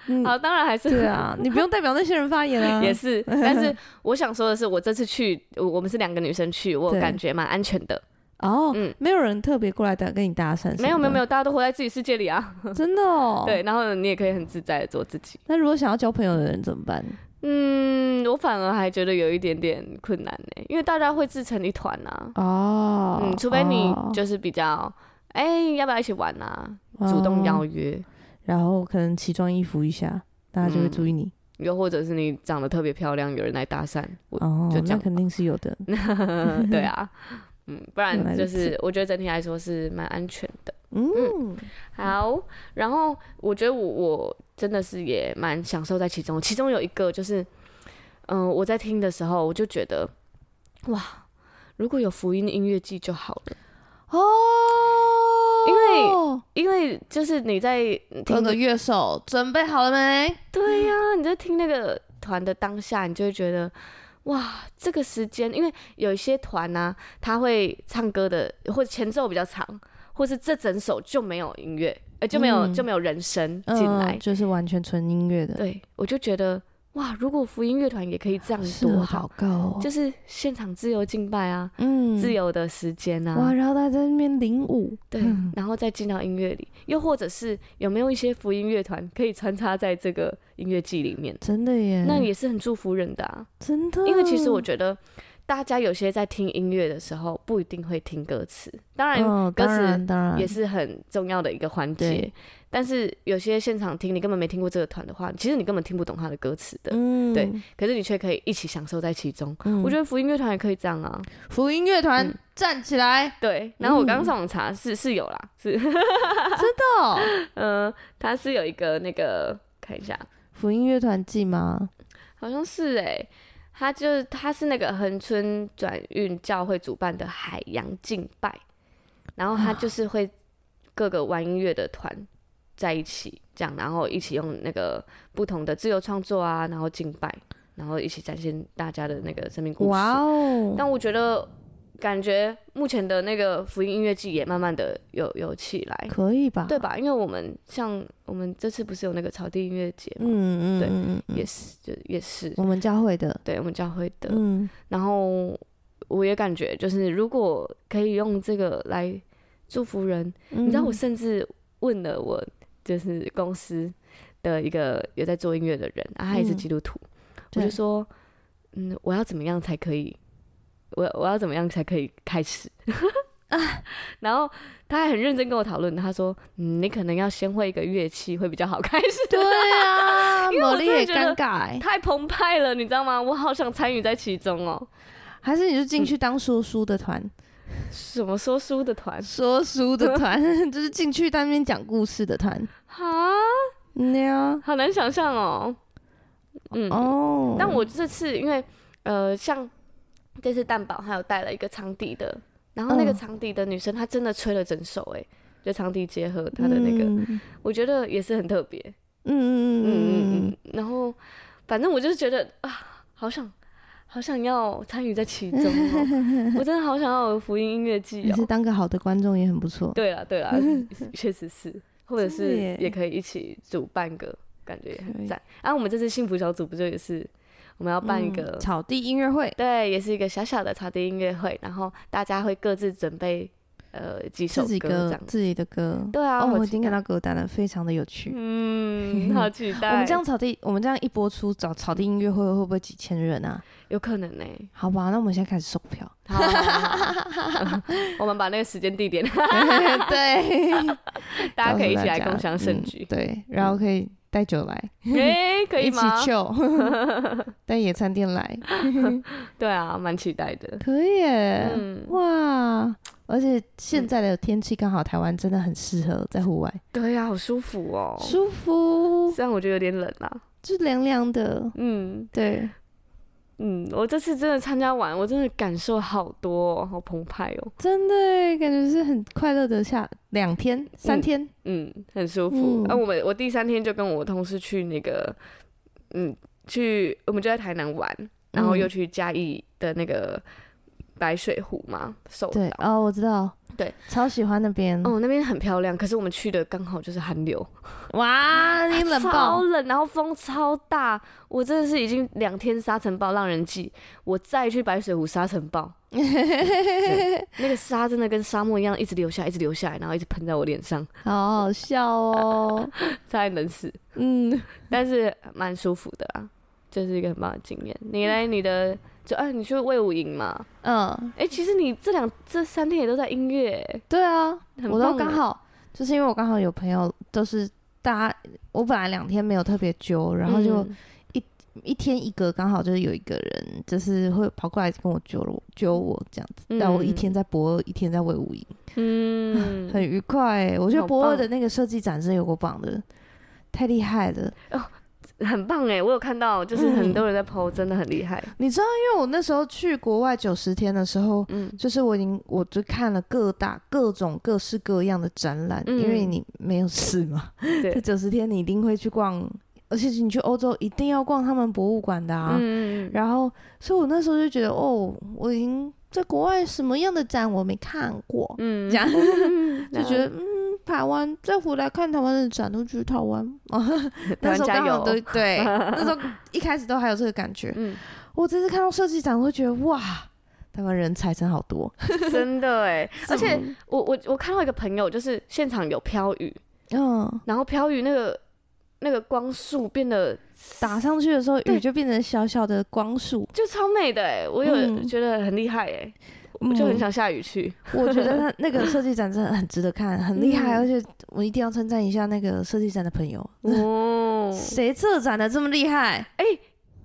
S2: 嗯，
S1: 好，当然还是
S2: 对啊，你不用代表那些人发言
S1: (laughs)
S2: 啊。
S1: 也是，但是我想说的是，我这次去，我我们是两个女生去，我
S2: 对
S1: 感觉蛮安全的。
S2: 哦，
S1: 嗯
S2: 没有人特别过来搭跟你搭讪，
S1: 没有没有没，有，大家都活在自己世界里啊。
S2: 真的哦。
S1: 对，然后你也可以很自在的做自己。
S2: 那如果想要交朋友的人怎么办？
S1: 嗯，我反而还觉得有一点点困难呢、因为大家会自成一团啊。
S2: 哦，
S1: 嗯，除非你
S2: 哦
S1: 就是比较，哎、要不要一起玩啊？主动邀
S2: 哦
S1: 约，
S2: 然后可能奇装异服一下，大家就会注意你。
S1: 又或者是你长得特别漂亮，有人来搭讪，我
S2: 哦
S1: 就，这
S2: 那
S1: 样
S2: 肯定是有的。 (laughs)
S1: 对啊，嗯，不
S2: 原
S1: 然
S2: 来
S1: 就
S2: 如此
S1: 是我觉得整体来说是蛮安全的。
S2: 嗯，
S1: 好，然后我觉得我我真的是也蛮享受在其中，其中有一个就是，嗯、我在听的时候我就觉得，哇，如果有福音音乐季就好了，
S2: 哦，
S1: 嗯因为因为就是你在
S2: 各
S1: 听
S2: 哦个乐手准备好了没？
S1: 对呀、你在听那个团的当下，你就会觉得，哇，这个时间，因为有一些团呢、啊，他会唱歌的或者前奏比较长，或是这整首就没有音乐，呃，就没有、
S2: 嗯
S1: 就没有人声
S2: 嗯
S1: 进来。
S2: 就是完全纯音乐的，
S1: 对，我就觉得哇，如果福音乐团也可以这样
S2: 是
S1: 多
S2: 我
S1: 好
S2: 祷，告哦，
S1: 就是现场自由敬拜啊，
S2: 嗯
S1: 自由的时间啊，
S2: 哇，然嗯后他在那边领舞，
S1: 对，然后再进到音乐里，又或者是有没有一些福音乐团可以穿插在这个音乐季里面，
S2: 真的耶，
S1: 那也是很祝福人的啊。
S2: 真的，
S1: 因为其实
S2: 嗯
S1: 我觉得，大家有些在听音乐的时候不一定会听歌词，当然
S2: 嗯，
S1: 歌
S2: 当然
S1: 词
S2: 当然
S1: 也是很重要的一个环节
S2: 对。
S1: 但是有些现场听你根本没听过这个团的话，其实你根本听不懂他的歌词的，
S2: 嗯
S1: 对，可是你却可以一起享受在其中。
S2: 嗯
S1: 我觉得福音乐团也可以这样啊，
S2: 福音乐团
S1: 嗯
S2: 站起来，
S1: 对。然后我刚
S2: 嗯
S1: 刚上网查是是有啦，是 (laughs)
S2: 到
S1: 嗯，它是有一个那个看一下，
S2: 福音乐团季吗？
S1: 好像是哎、它就是它是那个恒春转运教会主办的海洋敬拜，然后它就是会各个玩音乐的团在一起这样，然后一起用那个不同的自由创作啊，然后敬拜，然后一起展现大家的那个生命故事。
S2: 哇哦，
S1: 但我觉得。感觉目前的那个福音音乐季也慢慢的有有起来，
S2: 可以吧？
S1: 对吧？因为我们像我们这次不是有那个草地音乐节嘛，
S2: 嗯，嗯
S1: 对
S2: 嗯嗯嗯，
S1: 也是就也是，
S2: 我们教会的，
S1: 对我们教会的。
S2: 嗯，
S1: 然后我也感觉就是，如果可以用这个来祝福人，
S2: 你
S1: 你知道，我甚至问了我就是公司的一个有在做音乐的人，啊，他也是
S2: 嗯
S1: 基督徒，我
S2: 对
S1: 就说，嗯，我要怎么样才可以？我我要怎么样才可以开
S2: (laughs)
S1: 始？然后他还很认真跟我讨论，他说：“嗯，你可能要先会一个乐器会比较好开始。”
S2: 对啊，
S1: 因为我
S2: 茉莉
S1: 真的
S2: 也
S1: 觉得
S2: 尴尬欸，
S1: (laughs) 太澎湃了，你知道吗？我好想参与在其中哦。
S2: 还是你就进去当说书的团，
S1: 什么说书的团
S2: 说书的团就是进去当面讲故事的团，
S1: 啊，
S2: 嗯呀，
S1: 好难想象哦。嗯，
S2: 哦，
S1: 但我这次因为呃，像这次蛋宝还有带了一个长笛的，然后那个
S2: 嗯
S1: 长笛的女生她真的吹了整首哎、就长笛结合她的那个，
S2: 嗯
S1: 我觉得也是很特别。
S2: 嗯嗯
S1: 嗯
S2: 嗯
S1: 嗯嗯。然后反正我就是觉得啊，好想好想要参与在其中 (laughs) 哦，我真的好想要有福音音乐季
S2: 也
S1: 哦
S2: 是。当个好的观众也很不错。
S1: (laughs) 对了对
S2: (laughs)
S1: 了，确实是，或者
S2: 真
S1: 是
S2: 的耶
S1: 也可以一起主办个，感觉也
S2: 可
S1: 很
S2: 以
S1: 赞。啊，我们这次幸福小组不就也是我们要办一
S2: 嗯
S1: 个、
S2: 草地音乐会，
S1: 对，也是一个小小的草地音乐会，然后大家会各自准备呃几首
S2: 自己
S1: 歌这
S2: 歌
S1: 样。
S2: 自己的歌。
S1: 对啊，
S2: 哦，
S1: 好
S2: 我已
S1: 期
S2: 经看
S1: 待
S2: 到歌单了，非常的有趣。 (laughs)
S1: 嗯，好期待。
S2: 我们这样草地，我们这样一播出，找草地音乐会会不会几千人啊？
S1: 有可能呢、
S2: 好吧，那我们现在开始售票。 (laughs)
S1: 好啊好好好好我们把那个时间地点， (laughs)
S2: 对，
S1: 大家可以一起来
S2: (laughs) 告诉大家
S1: 共享盛举
S2: 嗯。对，然后可以带酒来，
S1: 哎、可以
S2: 一起
S1: 吗？
S2: (laughs) chill，带野餐垫来，
S1: 对啊，蛮期待的。
S2: 可以耶，
S1: 嗯，
S2: 哇！而且现在的天气刚好，台湾真的很适合在户外，
S1: 对啊，好舒服哦。
S2: 舒服，
S1: 虽然我觉得有点冷啦、
S2: 就凉凉的。
S1: 嗯
S2: 对，
S1: 嗯，我这次真的参加完，我真的感受好多、哦，好澎湃哦，
S2: 真的耶感觉是很快乐的下两天、三天，
S1: 嗯，很舒服。
S2: 嗯
S1: 啊，我们我第三天就跟我同事去那个，嗯，去我们就在台南玩，然后又去嘉义的那个白水湖嘛，首
S2: 对，
S1: 岛。
S2: 哦，我知道，
S1: 对，
S2: 超喜欢那边。
S1: 哦，那边很漂亮，可是我们去的刚好就是寒流，
S2: 哇，你冷
S1: 啊超
S2: 爆，
S1: 冷，然后风超大，我真的是已经两天沙尘暴让人记，我再去白水湖沙尘暴，对那个沙真的跟沙漠一样，一直流下来，一直流下来，然后一直喷在我脸上， (laughs)
S2: 好好笑哦。
S1: 差点冷死，
S2: 嗯，
S1: 但是蛮舒服的啦，这是一个很棒的经验。你嘞，你的就哎、你去魏武营嘛？
S2: 嗯，
S1: 哎、其实你这两这三天也都在音乐欸、
S2: 对啊，
S1: 很
S2: 我都
S1: 棒
S2: 刚
S1: 欸
S2: 好，就是因为我刚好有朋友都是大家，我本来两天没有特别揪，然后就
S1: 嗯
S2: 一天一个，刚好就是有一个人就是会跑过来跟我揪了我揪我这样子，但我一
S1: 嗯
S2: 天在博二，一天在魏武营，
S1: 嗯，
S2: (laughs) 很愉快、欸。我觉得
S1: 好
S2: 博二
S1: 棒
S2: 的那个设计展是有够棒的，太厉害了。
S1: 很棒哎、我有看到，就是很
S2: 嗯
S1: 多人在 PO，、真的很厉害。
S2: 你知道，因为我那时候去国外九十天的时候，
S1: 嗯
S2: 就是我已经我就看了各大各种各式各样的展览，
S1: 嗯
S2: 因为你没有事嘛，
S1: (laughs) 对
S2: 这九十天你一定会去逛，而且你去欧洲一定要逛他们博物馆的啊。
S1: 嗯嗯嗯
S2: 然后，所以我那时候就觉得，哦，我已经在国外什么样的展我没看过，
S1: 嗯， (laughs)
S2: 这样就
S1: 那
S2: 觉得嗯，台湾再回来看台湾的展都觉得台湾，哦
S1: 台
S2: 那
S1: 湾
S2: 时候
S1: 加
S2: 刚好
S1: 油，
S2: (laughs) 都对，
S1: (laughs)
S2: 那时候一开始都还有这个感觉。 (laughs)
S1: 嗯，
S2: 我这次看到设计展，我会觉得哇，台湾人才真好多，
S1: 真的哎，而且
S2: 嗯
S1: 我我我看到一个朋友，就是现场有飘雨，
S2: 嗯，
S1: 然后飘雨那个那个光束变得
S2: 打上去的时候
S1: 对
S2: 雨就变成小小的光束，
S1: 就超美的哎，我有
S2: 嗯
S1: 觉得很厉害哎，我就很 (laughs) 想下雨去，
S2: (laughs) 我觉得他那个设计展真的很值得看，很厉
S1: 嗯
S2: 害，而且我一定要称赞一下那个设计展的朋友，
S1: 哦，哎
S2: 谁策展的这么厉害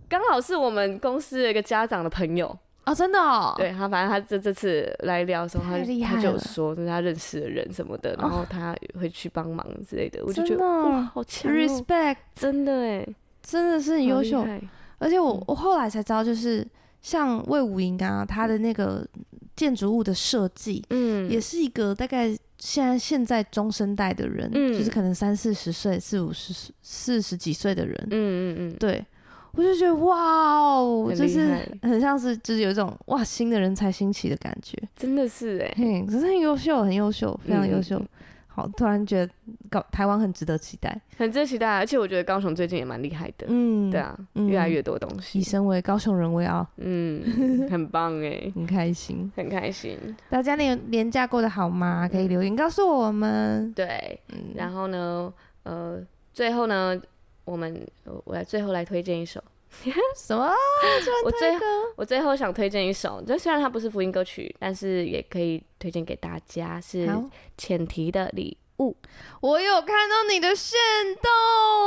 S1: 刚好是我们公司的一个家长的朋友，
S2: 哦？真的哦，
S1: 对他，反正他这这次来聊的时候，他
S2: 太厉害
S1: 他就有
S2: 了哦
S1: 说，就是他认识的人什么的，然后他会去帮忙之类的，我就觉
S2: 真
S1: 得
S2: 的哦
S1: 哇，好强、哦，
S2: ，respect，
S1: 真的哎，
S2: 真的是很优秀
S1: 好厉，害
S2: 而且
S1: 嗯
S2: 我我后来才知道，就是像魏武营啊，他的那个建筑物的设计，
S1: 嗯，
S2: 也是一个大概现在现在中生代的人，
S1: 嗯
S2: 就是可能三四十岁、四五十岁、四十几岁的人，
S1: 嗯嗯嗯，
S2: 对我就觉得哇哦，
S1: 很
S2: 就
S1: 厉
S2: 是
S1: 害
S2: 很像是就是有一种哇新的人才兴起的感觉，
S1: (laughs) 真的是哎，
S2: 嘿，可是很优秀，很优秀，非常
S1: 嗯
S2: 优秀。好，突然觉得搞台湾很值得期待，
S1: 很值得期待，而且我觉得高雄最近也蛮厉害的，
S2: 嗯，
S1: 对，啊，
S2: 嗯
S1: 越来越多东西，
S2: 以身为高雄人，我也要
S1: (laughs) 嗯，很棒哎，
S2: 很开心。
S1: 很开心，
S2: 大家年年假过得好吗？可以留言告诉我们。
S1: 对，
S2: 嗯，
S1: 嗯然后呢，呃，最后呢，我们我我来最后来推荐一首。
S2: 什么？
S1: 我最
S2: 歌
S1: 我最后想推荐一首，这虽然它不是福音歌曲，但是也可以推荐给大家，是
S2: 好，
S1: 浅提的礼物，
S2: 我有看到你的炫动，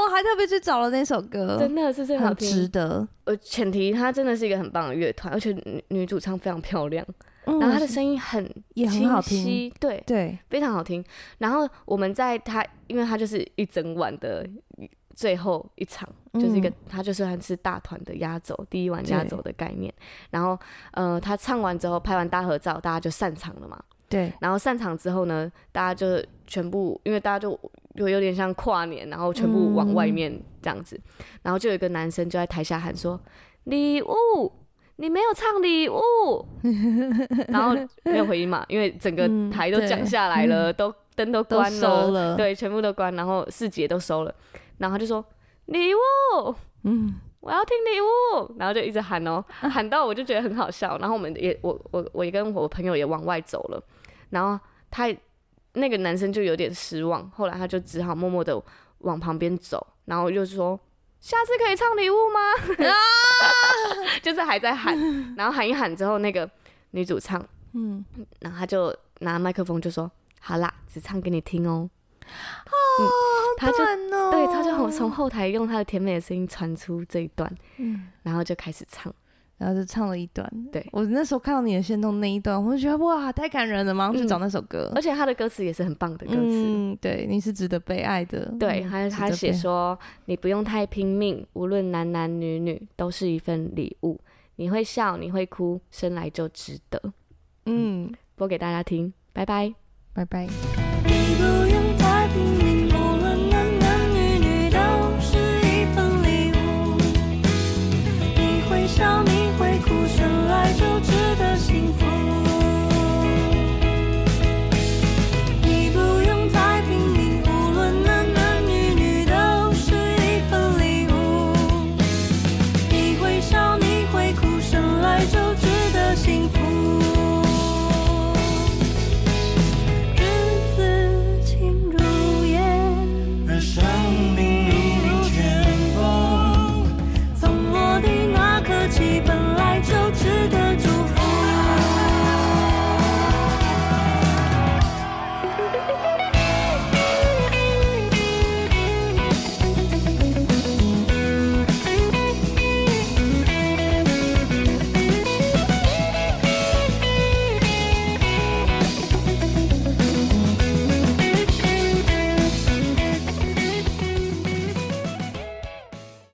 S2: 我还特别去找了那首歌，
S1: 真的是最好
S2: 很值
S1: 听。
S2: 得。
S1: 呃，浅提她真的是一个很棒的乐团，而且女女主唱非常漂亮，
S2: 嗯
S1: 然后她的声音很
S2: 也很好
S1: 清晰，对，
S2: 对，
S1: 非常好听。然后我们在她，因为她就是一整晚的最后一场，就是一个
S2: 嗯
S1: 她就算是大团的压轴，第一晚压
S2: 对
S1: 轴的概念。然后，呃，她唱完之后拍完大合照，大家就散场了嘛。
S2: 对，
S1: 然后散场之后呢，大家就全部，因为大家就就有点像跨年，然后全部往
S2: 嗯
S1: 外面这样子，然后就有一个男生就在台下喊说：“礼物，你没有唱礼物。” (laughs) 然后没有回音嘛，因为整个
S2: 嗯
S1: 台都降
S2: 对嗯
S1: 下来了，都灯都
S2: 都
S1: 关
S2: 收了，，
S1: 对，全部都关，然后四节都收了，然后他就说：“礼物，
S2: 嗯，
S1: 我要听礼物，然后就一直喊哦，喊到我就觉得很好笑。然后我们也我我我也跟我朋友也往外走了，然后他也那个男生就有点失望，后来他就只好默默的往旁边走，然后就说下次可以唱礼物吗？
S2: 啊
S1: (laughs) 就是还在喊，然后喊一喊之后，那个女主唱，
S2: 嗯，
S1: 然后他就拿麦克风就说好啦，只唱给你听哦。他就
S2: 暖哦
S1: 对，他就从从后台用他的甜美的声音传出这一段，
S2: 嗯
S1: 然后就开始唱。
S2: 然后就唱了一段。
S1: 对
S2: 我那时候看到你的炫动那一段，我就觉得哇，太感人了，马上去找那首歌
S1: 嗯而。且他的歌词也是很棒的歌词。
S2: 嗯，对，你是值得被爱的。
S1: 对，
S2: 嗯
S1: 还有
S2: 值
S1: 他
S2: 得
S1: 写
S2: 被爱
S1: 说，你不用太拼命，无论男男女女，都是一份礼物。你会笑，你会哭，生来就值得。
S2: 嗯，
S1: 播给大家听，拜拜。
S2: 拜拜。
S4: 一步一